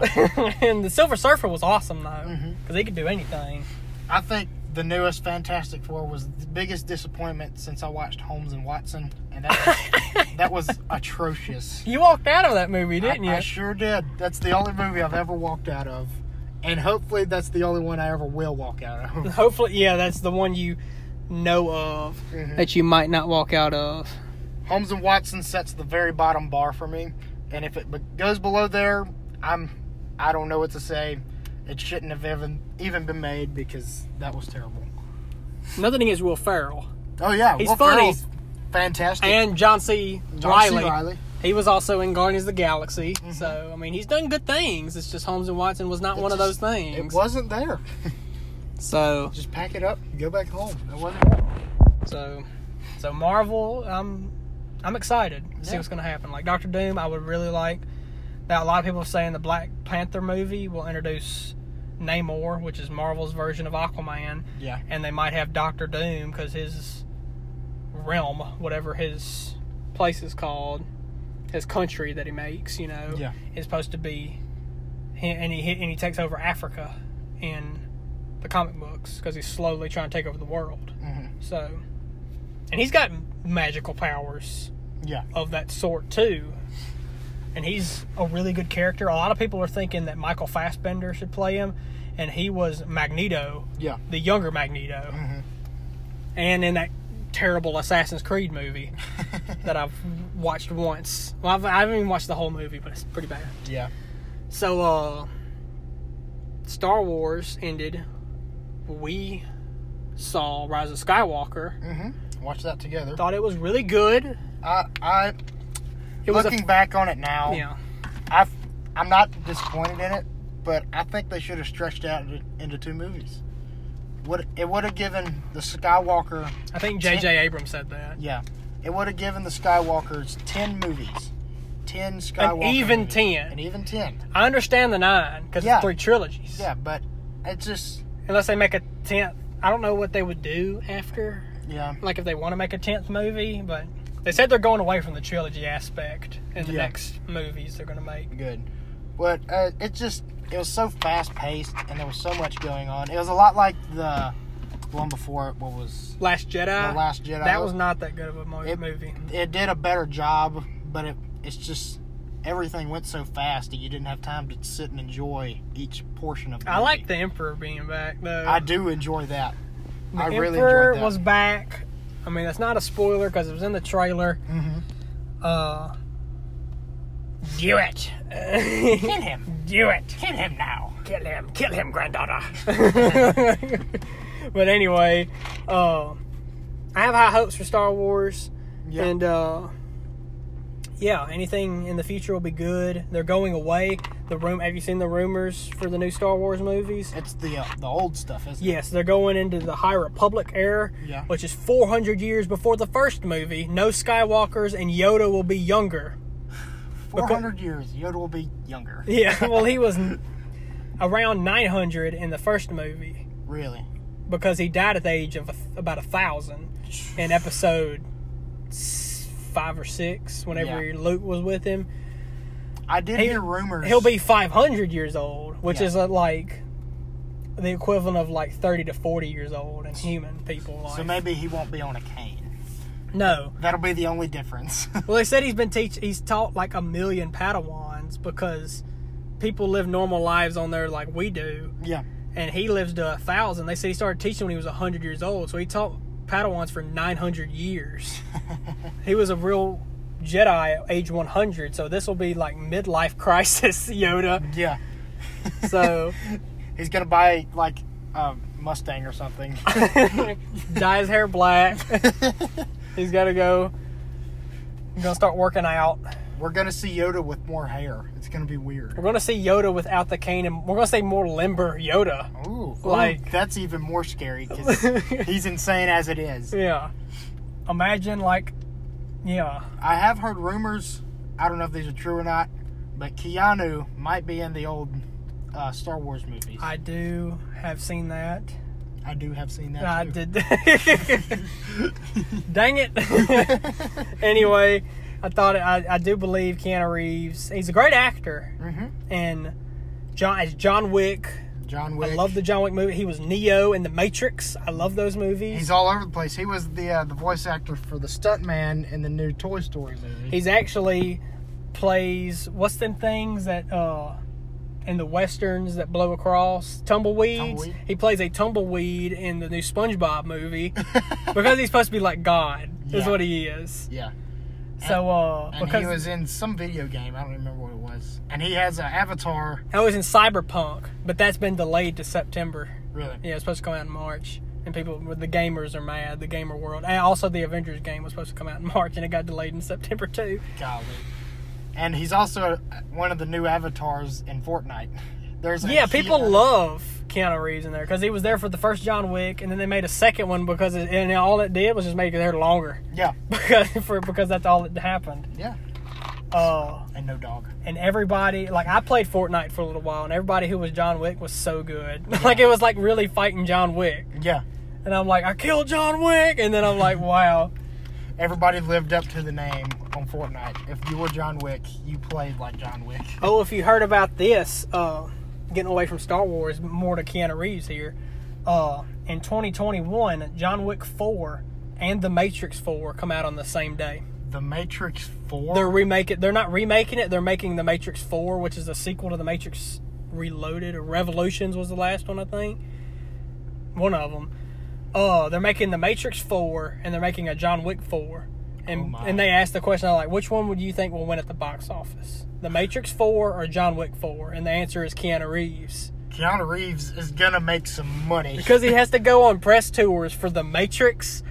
[SPEAKER 1] and the Silver Surfer was awesome though because
[SPEAKER 2] Mm-hmm.
[SPEAKER 1] he could do anything.
[SPEAKER 2] I think the newest Fantastic Four was the biggest disappointment since I watched Holmes and Watson, and that was, that was atrocious.
[SPEAKER 1] You walked out of that movie, didn't
[SPEAKER 2] I, I
[SPEAKER 1] you?
[SPEAKER 2] sure did. That's the only movie I've ever walked out of, and hopefully that's the only one I ever will walk out of.
[SPEAKER 1] Hopefully, yeah, that's the one you know of
[SPEAKER 2] Mm-hmm.
[SPEAKER 1] that you might not walk out of.
[SPEAKER 2] Holmes and Watson sets the very bottom bar for me, and if it be- goes below there, I'm I don't know what to say. It shouldn't have even even been made because that was terrible.
[SPEAKER 1] Another thing is Will Ferrell
[SPEAKER 2] Oh yeah,
[SPEAKER 1] He's
[SPEAKER 2] Will
[SPEAKER 1] funny.
[SPEAKER 2] Ferrell's fantastic.
[SPEAKER 1] and John C.
[SPEAKER 2] John C. Mm-hmm.
[SPEAKER 1] Riley. He was also in Guardians of the Galaxy, so I mean, he's done good things. It's just Holmes and Watson was not
[SPEAKER 2] It
[SPEAKER 1] one of those
[SPEAKER 2] just-
[SPEAKER 1] things.
[SPEAKER 2] It wasn't there.
[SPEAKER 1] So
[SPEAKER 2] Just pack it up, and go back home. It wasn't.
[SPEAKER 1] So, so Marvel, I'm, I'm excited to see
[SPEAKER 2] Yeah.
[SPEAKER 1] what's gonna happen. Like Doctor Doom, I would really like. Now a lot of people are saying the Black Panther movie will introduce Namor, which is Marvel's version of Aquaman,
[SPEAKER 2] Yeah,
[SPEAKER 1] and they might have Doctor Doom because his realm, whatever his place is called, his country that he makes, you know,
[SPEAKER 2] Yeah.
[SPEAKER 1] is supposed to be, he- and he and he takes over Africa in the comic books because he's slowly trying to take over the world.
[SPEAKER 2] Mm-hmm.
[SPEAKER 1] So, and he's got magical powers
[SPEAKER 2] yeah,
[SPEAKER 1] of that sort too. And he's a really good character. A lot of people are thinking that Michael Fassbender should play him, and he was Magneto
[SPEAKER 2] yeah.
[SPEAKER 1] the younger Magneto, and in that terrible Assassin's Creed movie that I've watched once. Well, I've, I haven't even watched the whole movie, but it's pretty bad.
[SPEAKER 2] Yeah.
[SPEAKER 1] So, uh, Star Wars ended. We saw Rise of Skywalker.
[SPEAKER 2] Mm-hmm. Watch that together.
[SPEAKER 1] Thought it was really good.
[SPEAKER 2] I, I
[SPEAKER 1] It was
[SPEAKER 2] looking back on it now.
[SPEAKER 1] a yeah.
[SPEAKER 2] I, I'm not disappointed in it. but I think they should have stretched out into, into two movies. Would it would have given the Skywalker?
[SPEAKER 1] I think J.J. Abrams said that.
[SPEAKER 2] Yeah, it would have given the Skywalkers ten movies, ten Skywalker.
[SPEAKER 1] An even
[SPEAKER 2] movies.
[SPEAKER 1] ten.
[SPEAKER 2] An even ten.
[SPEAKER 1] I understand the nine because
[SPEAKER 2] Yeah.
[SPEAKER 1] it's three trilogies.
[SPEAKER 2] Yeah, but it's just
[SPEAKER 1] Unless they make a tenth, I don't know what they would do after.
[SPEAKER 2] yeah.
[SPEAKER 1] Like if they want to make a tenth movie, but they said they're going away from the trilogy aspect in the
[SPEAKER 2] Yeah.
[SPEAKER 1] next movies they're going to make.
[SPEAKER 2] good. But uh, it just it was so fast paced, and there was so much going on. It was a lot like the one before it. What was
[SPEAKER 1] Last Jedi.
[SPEAKER 2] The Last Jedi.
[SPEAKER 1] Uh, That was not that good of a mo-
[SPEAKER 2] It-
[SPEAKER 1] movie.
[SPEAKER 2] it did a better job, but it it's just everything went so fast that you didn't have time to sit and enjoy each portion of. The
[SPEAKER 1] I
[SPEAKER 2] movie.
[SPEAKER 1] like the Emperor being back though.
[SPEAKER 2] I do enjoy that.
[SPEAKER 1] the
[SPEAKER 2] I
[SPEAKER 1] Emperor
[SPEAKER 2] really enjoyed that.
[SPEAKER 1] was back. I mean, that's not a spoiler because it was in the trailer.
[SPEAKER 2] Mm-hmm.
[SPEAKER 1] Uh, do it. Kill him. Do it. Kill him now. Kill him. Kill him, granddaughter. but anyway, uh, I have high hopes for Star Wars,
[SPEAKER 2] Yeah.
[SPEAKER 1] and uh, yeah, anything in the future will be good. They're going away. The room. Have you seen the rumors for the new Star Wars movies?
[SPEAKER 2] it's the uh, the old stuff, isn't
[SPEAKER 1] Yes, they're going into the High Republic era,
[SPEAKER 2] Yeah.
[SPEAKER 1] which is 400 years before the first movie. No Skywalkers, and Yoda will be younger.
[SPEAKER 2] it? Four hundred years. Yoda will be younger.
[SPEAKER 1] Yeah, well, he was n- around 900 in the first movie
[SPEAKER 2] Really.
[SPEAKER 1] because he died at the age of a, about a thousand in episode s- five or six. Whenever
[SPEAKER 2] Yeah.
[SPEAKER 1] Luke was with him,
[SPEAKER 2] I did
[SPEAKER 1] He-
[SPEAKER 2] hear rumors.
[SPEAKER 1] he'll be 500 years old, which
[SPEAKER 2] Yeah.
[SPEAKER 1] is uh, like the equivalent of like 30 to 40 years old in human people. Life.
[SPEAKER 2] So maybe he won't be on a cane.
[SPEAKER 1] no.
[SPEAKER 2] That'll be the only difference.
[SPEAKER 1] Well, they said he's been teach he's taught like a million Padawans because people live normal lives on there like we do,
[SPEAKER 2] yeah.
[SPEAKER 1] and he lives to a thousand. They said he started teaching when he was hundred years old, so he taught Padawans for nine hundred years. he was a real Jedi, at age one hundred. So this will be like midlife crisis Yoda.
[SPEAKER 2] Yeah.
[SPEAKER 1] So
[SPEAKER 2] He's gonna buy like a Mustang or something.
[SPEAKER 1] dye his hair black. he's got to go. He's gonna start working out.
[SPEAKER 2] We're gonna see Yoda with more hair. It's gonna be weird.
[SPEAKER 1] We're gonna see Yoda without the cane, and we're gonna see more limber Yoda.
[SPEAKER 2] Ooh,
[SPEAKER 1] Like-
[SPEAKER 2] that's even more scary because he's insane as it is.
[SPEAKER 1] Yeah. Imagine like, yeah,
[SPEAKER 2] I have heard rumors. I don't know if these are true or not, but Keanu might be in the old uh, Star Wars movies. I,
[SPEAKER 1] I do have seen that.
[SPEAKER 2] do have seen that.
[SPEAKER 1] I
[SPEAKER 2] too.
[SPEAKER 1] did. Dang it. anyway, I thought I, I do believe Keanu Reeves. He's a great actor,
[SPEAKER 2] Mm-hmm.
[SPEAKER 1] and John as John Wick.
[SPEAKER 2] John Wick.
[SPEAKER 1] I love the John Wick movie. He was Neo in the Matrix. I love those movies.
[SPEAKER 2] He's all over the place. He was the uh, the voice actor for the stuntman in the new Toy Story movie.
[SPEAKER 1] He's actually plays what's them things that uh in the westerns that blow across tumbleweeds.
[SPEAKER 2] Tumbleweed?
[SPEAKER 1] He plays a tumbleweed in the new SpongeBob movie because he's supposed to be like God. Is
[SPEAKER 2] Yeah.
[SPEAKER 1] what he is.
[SPEAKER 2] yeah.
[SPEAKER 1] So uh
[SPEAKER 2] And
[SPEAKER 1] because
[SPEAKER 2] he was in some video game. I don't remember what it was. And he has an avatar.
[SPEAKER 1] I was in Cyberpunk, but that's been delayed to September.
[SPEAKER 2] Really?
[SPEAKER 1] Yeah, it's supposed to come out in March. And people, the gamers are mad. The gamer world, and also the Avengers game was supposed to come out in March, and it got delayed in September too.
[SPEAKER 2] Golly. And he's also uh, one of the new avatars in Fortnite. There's a
[SPEAKER 1] Yeah, people
[SPEAKER 2] healer.
[SPEAKER 1] love Keanu Reeves in there because he was there for the first John Wick, and then they made a second one because it, and all it did was just make it there longer
[SPEAKER 2] Yeah,
[SPEAKER 1] because for because that's all that happened.
[SPEAKER 2] yeah.
[SPEAKER 1] Uh,
[SPEAKER 2] And no dog.
[SPEAKER 1] and everybody like I played Fortnite for a little while, and everybody who was John Wick was so good. like it was like really fighting John Wick,
[SPEAKER 2] Yeah.
[SPEAKER 1] and I'm like I killed John Wick, and then I'm like wow,
[SPEAKER 2] Everybody lived up to the name on Fortnite. If you were John Wick, you played like John Wick.
[SPEAKER 1] Oh, if you heard about this, uh, getting away from Star Wars, more to Keanu Reeves here. Uh, in 2021, John Wick 4 and The Matrix 4 come out on the same day.
[SPEAKER 2] The Matrix 4.
[SPEAKER 1] They're remake They're not remaking it. They're making The Matrix 4, which is a sequel to The Matrix Reloaded or Revolutions was the last one, I think. One of them. Uh, they're making The Matrix 4 and they're making a John Wick 4.
[SPEAKER 2] Oh,
[SPEAKER 1] And
[SPEAKER 2] my.
[SPEAKER 1] and they asked the question like, which one would you think will win at the box office? The Matrix 4 or John Wick 4? And the answer is Keanu Reeves.
[SPEAKER 2] Keanu Reeves is going to make some money.
[SPEAKER 1] Because he has to go on press tours for The Matrix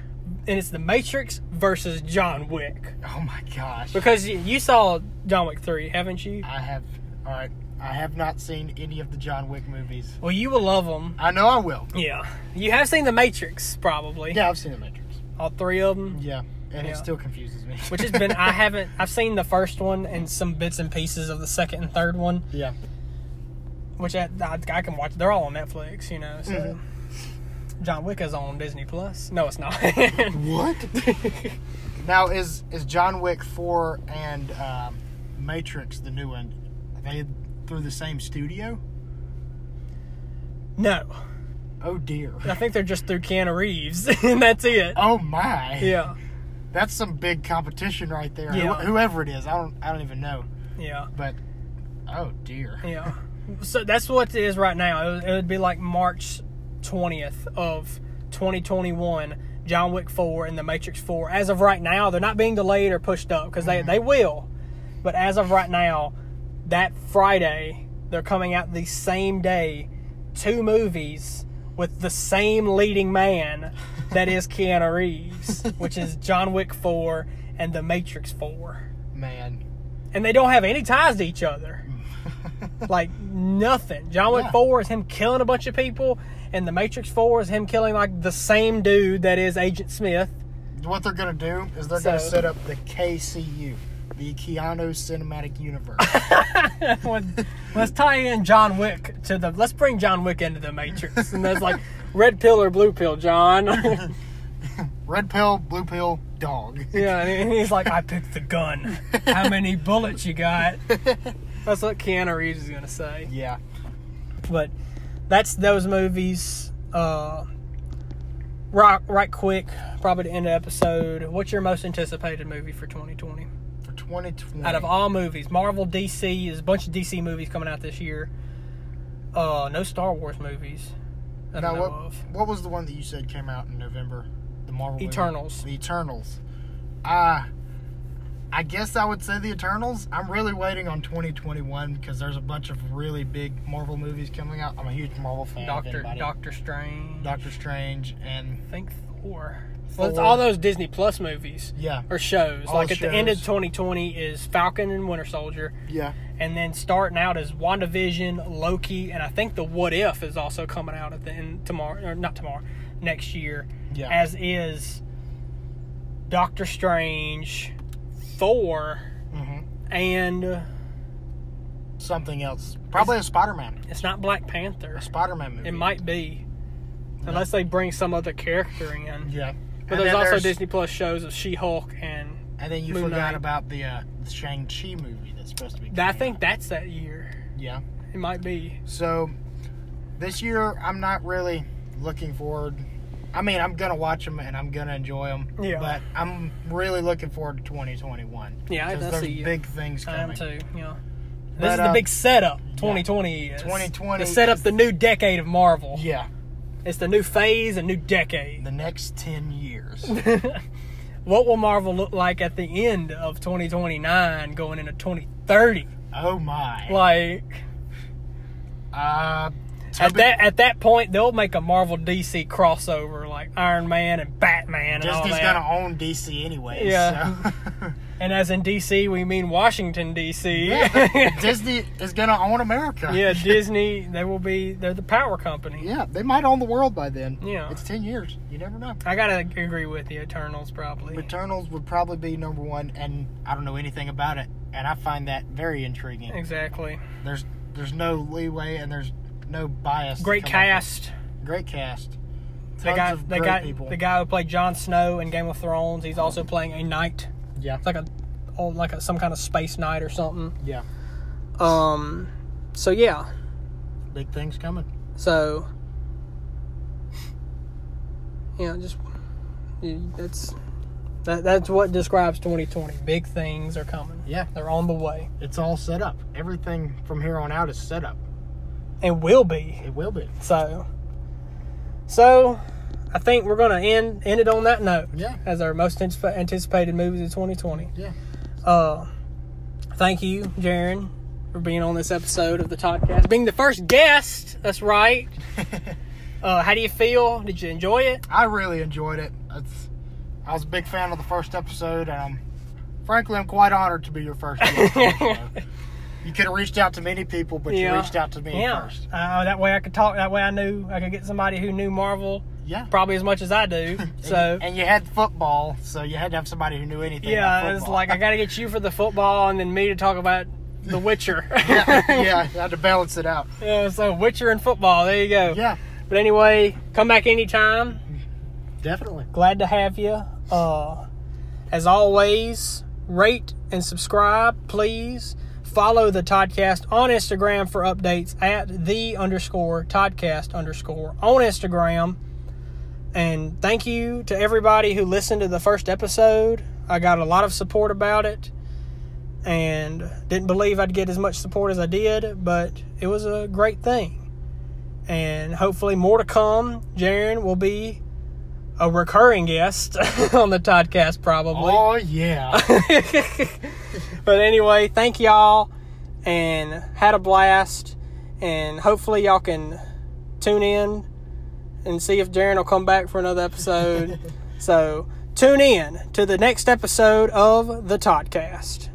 [SPEAKER 1] and it's The Matrix versus John Wick.
[SPEAKER 2] oh my gosh.
[SPEAKER 1] Because you- you saw John Wick 3, haven't you?
[SPEAKER 2] I have. All right. I have not seen any of the John Wick movies.
[SPEAKER 1] Well, you will love them.
[SPEAKER 2] I know I will.
[SPEAKER 1] Yeah. You have seen The Matrix, probably.
[SPEAKER 2] Yeah, I've seen The Matrix.
[SPEAKER 1] All three of them.
[SPEAKER 2] Yeah, and
[SPEAKER 1] Yeah.
[SPEAKER 2] it still confuses me.
[SPEAKER 1] Which has been, I haven't, I've seen the first one and some bits and pieces of the second and third one,
[SPEAKER 2] yeah.
[SPEAKER 1] which I, I, I can watch. They're all on Netflix, you know. So John Wick is on Disney Plus. No, it's not.
[SPEAKER 2] What? now is is John Wick four and um, Matrix the new one? Are they through the same studio?
[SPEAKER 1] no.
[SPEAKER 2] Oh dear.
[SPEAKER 1] I think they're just through Keanu Reeves, and that's it.
[SPEAKER 2] Oh my.
[SPEAKER 1] Yeah.
[SPEAKER 2] That's some big competition right there.
[SPEAKER 1] Yeah.
[SPEAKER 2] Wh- whoever it is, I don't I don't even know.
[SPEAKER 1] Yeah.
[SPEAKER 2] But oh dear.
[SPEAKER 1] Yeah. So that's what it is right now. It would, it would be like March 20th of 2021, John Wick 4 and The Matrix 4. As of right now, they're not being delayed or pushed up because they, they will. But as of right now, that Friday, they're coming out the same day, two movies with the same leading man that is Keanu Reeves, which is John Wick 4 and The Matrix 4
[SPEAKER 2] Man.
[SPEAKER 1] and they don't have any ties to each other. like nothing. John Wick
[SPEAKER 2] Yeah.
[SPEAKER 1] Four is him killing a bunch of people, and The Matrix Four is him killing like the same dude that is Agent Smith.
[SPEAKER 2] What they're gonna do is they're gonna
[SPEAKER 1] So-
[SPEAKER 2] set up the KCU, the Keanu Cinematic Universe.
[SPEAKER 1] With- let's tie in John Wick to the. Let's bring John Wick into the Matrix, and that's like red pill or blue pill, John.
[SPEAKER 2] Red pill, blue pill, dog.
[SPEAKER 1] yeah, and he's like, I picked the gun. How many bullets you got? That's what Keanu Reeves is gonna say.
[SPEAKER 2] yeah.
[SPEAKER 1] but that's those movies. Uh, right, right, quick, probably to end the episode. What's your most anticipated movie for 2020?
[SPEAKER 2] For 2020.
[SPEAKER 1] Out of all movies, Marvel, DC, there's a bunch of DC movies coming out this year. Uh, no Star Wars movies that I
[SPEAKER 2] Now,
[SPEAKER 1] know
[SPEAKER 2] what,
[SPEAKER 1] of.
[SPEAKER 2] what was the one that you said came out in November? The Marvel movie?
[SPEAKER 1] Eternals.
[SPEAKER 2] The Eternals. Uh, I guess I would say the Eternals. I'm really waiting on 2021 because there's a bunch of really big Marvel movies coming out. I'm a huge Marvel fan. if
[SPEAKER 1] Doctor
[SPEAKER 2] anybody-
[SPEAKER 1] Doctor Strange.
[SPEAKER 2] Doctor Strange and
[SPEAKER 1] I think Thor. Well, it's
[SPEAKER 2] Thor.
[SPEAKER 1] all those Disney Plus movies
[SPEAKER 2] yeah,
[SPEAKER 1] or shows.
[SPEAKER 2] All
[SPEAKER 1] like at the end of
[SPEAKER 2] shows.
[SPEAKER 1] 2020 is Falcon and Winter Soldier.
[SPEAKER 2] yeah.
[SPEAKER 1] and then starting out is WandaVision, Loki, and I think the What If is also coming out at the end tomorrow, or not tomorrow, next year.
[SPEAKER 2] Yeah.
[SPEAKER 1] As is Doctor Strange, Thor,
[SPEAKER 2] hmm
[SPEAKER 1] and uh,
[SPEAKER 2] Something else. Probably a Spider-Man.
[SPEAKER 1] it's not Black Panther.
[SPEAKER 2] A Spider-Man movie.
[SPEAKER 1] It might be, unless they bring some other character in.
[SPEAKER 2] Yeah.
[SPEAKER 1] But
[SPEAKER 2] And
[SPEAKER 1] there's
[SPEAKER 2] then
[SPEAKER 1] also Disney Plus shows of She Hulk, and
[SPEAKER 2] And then you
[SPEAKER 1] Moon
[SPEAKER 2] forgot
[SPEAKER 1] Knight.
[SPEAKER 2] about the, uh, the Shang-Chi movie that's supposed to be.
[SPEAKER 1] I
[SPEAKER 2] coming
[SPEAKER 1] think that's that year.
[SPEAKER 2] out. Yeah.
[SPEAKER 1] It might be.
[SPEAKER 2] So this year, I'm not really looking forward. I mean, I'm gonna watch them and I'm gonna enjoy them.
[SPEAKER 1] Yeah.
[SPEAKER 2] But I'm really looking forward to 2021.
[SPEAKER 1] Yeah, I-
[SPEAKER 2] 'Cause
[SPEAKER 1] I
[SPEAKER 2] there's
[SPEAKER 1] see you.
[SPEAKER 2] big things
[SPEAKER 1] I am
[SPEAKER 2] coming.
[SPEAKER 1] too. Yeah. This
[SPEAKER 2] But,
[SPEAKER 1] is the
[SPEAKER 2] uh,
[SPEAKER 1] big setup. 2020 is
[SPEAKER 2] 2020
[SPEAKER 1] to set up the new decade of Marvel.
[SPEAKER 2] Yeah.
[SPEAKER 1] It's the new phase and new decade.
[SPEAKER 2] The next ten years.
[SPEAKER 1] What will Marvel look like at the end of 2029 going into 2030?
[SPEAKER 2] oh my.
[SPEAKER 1] Like
[SPEAKER 2] Uh,
[SPEAKER 1] at
[SPEAKER 2] Toby-
[SPEAKER 1] that at that point they'll make a Marvel DC crossover like Iron Man and Batman and all
[SPEAKER 2] Disney's
[SPEAKER 1] that.
[SPEAKER 2] gonna own DC anyway.
[SPEAKER 1] Yeah.
[SPEAKER 2] so.
[SPEAKER 1] And as in DC we mean Washington DC.
[SPEAKER 2] yeah. Disney is gonna own America.
[SPEAKER 1] yeah, Disney they will be they're the power company.
[SPEAKER 2] Yeah. They might own the world by then.
[SPEAKER 1] Yeah.
[SPEAKER 2] It's ten years. You never know.
[SPEAKER 1] I got to agree with the Eternals probably.
[SPEAKER 2] Eternals would probably be number one, and I don't know anything about it, and I find that very intriguing.
[SPEAKER 1] exactly.
[SPEAKER 2] There's there's no leeway and there's no bias. to
[SPEAKER 1] Great
[SPEAKER 2] come off
[SPEAKER 1] cast.
[SPEAKER 2] of. Great cast.
[SPEAKER 1] They
[SPEAKER 2] Tons
[SPEAKER 1] got
[SPEAKER 2] of
[SPEAKER 1] they
[SPEAKER 2] great
[SPEAKER 1] got
[SPEAKER 2] people.
[SPEAKER 1] the guy who played Jon Snow in Game of Thrones. He's also playing a knight.
[SPEAKER 2] yeah,
[SPEAKER 1] It's like a old, like a, some kind of space knight or something.
[SPEAKER 2] yeah.
[SPEAKER 1] Um, so yeah,
[SPEAKER 2] Big things coming.
[SPEAKER 1] so yeah, just you- that's that, that's what describes 2020. Big things are coming.
[SPEAKER 2] Yeah,
[SPEAKER 1] They're on the way
[SPEAKER 2] it's all set up. Everything from here on out is set up.
[SPEAKER 1] and will be.
[SPEAKER 2] It will be.
[SPEAKER 1] So, so I think we're gonna end end it on that note.
[SPEAKER 2] Yeah.
[SPEAKER 1] as our most anticip- anticipated movies of 2020.
[SPEAKER 2] Yeah.
[SPEAKER 1] Uh, thank you, Jaron, for being on this episode of the podcast, being the first guest. That's right. uh, how do you feel? Did you enjoy it?
[SPEAKER 2] I really enjoyed it. It's, I was a big fan of the first episode, and I'm, frankly, I'm quite honored to be your first guest. on the show. You could have reached out to many people, but
[SPEAKER 1] Yeah.
[SPEAKER 2] you reached out to me
[SPEAKER 1] yeah.
[SPEAKER 2] first.
[SPEAKER 1] Uh, that way I could talk. That way I knew I could get somebody who knew Marvel
[SPEAKER 2] Yeah.
[SPEAKER 1] probably as much as I do. So
[SPEAKER 2] and you had football, so you had to have somebody who knew anything.
[SPEAKER 1] yeah,
[SPEAKER 2] about
[SPEAKER 1] it's
[SPEAKER 2] football.
[SPEAKER 1] like I got to get you for the football and then me to talk about The Witcher.
[SPEAKER 2] yeah, yeah, I had to balance it out.
[SPEAKER 1] Yeah, so Witcher and football. There you go.
[SPEAKER 2] Yeah,
[SPEAKER 1] But anyway, come back anytime.
[SPEAKER 2] definitely.
[SPEAKER 1] Glad to have you. Uh, as always, rate and subscribe, please. Follow the Toddcast on Instagram for updates at the underscore Toddcast underscore on Instagram. And thank you to everybody who listened to the first episode. I got a lot of support about it and didn't believe I'd get as much support as I did, but it was a great thing. And hopefully, more to come. Jaren will be a recurring guest on the Toddcast, probably.
[SPEAKER 2] Oh yeah.
[SPEAKER 1] but anyway, thank y'all and had a blast. And hopefully, y'all can tune in and see if Darren will come back for another episode. so, tune in to the next episode of the Toddcast.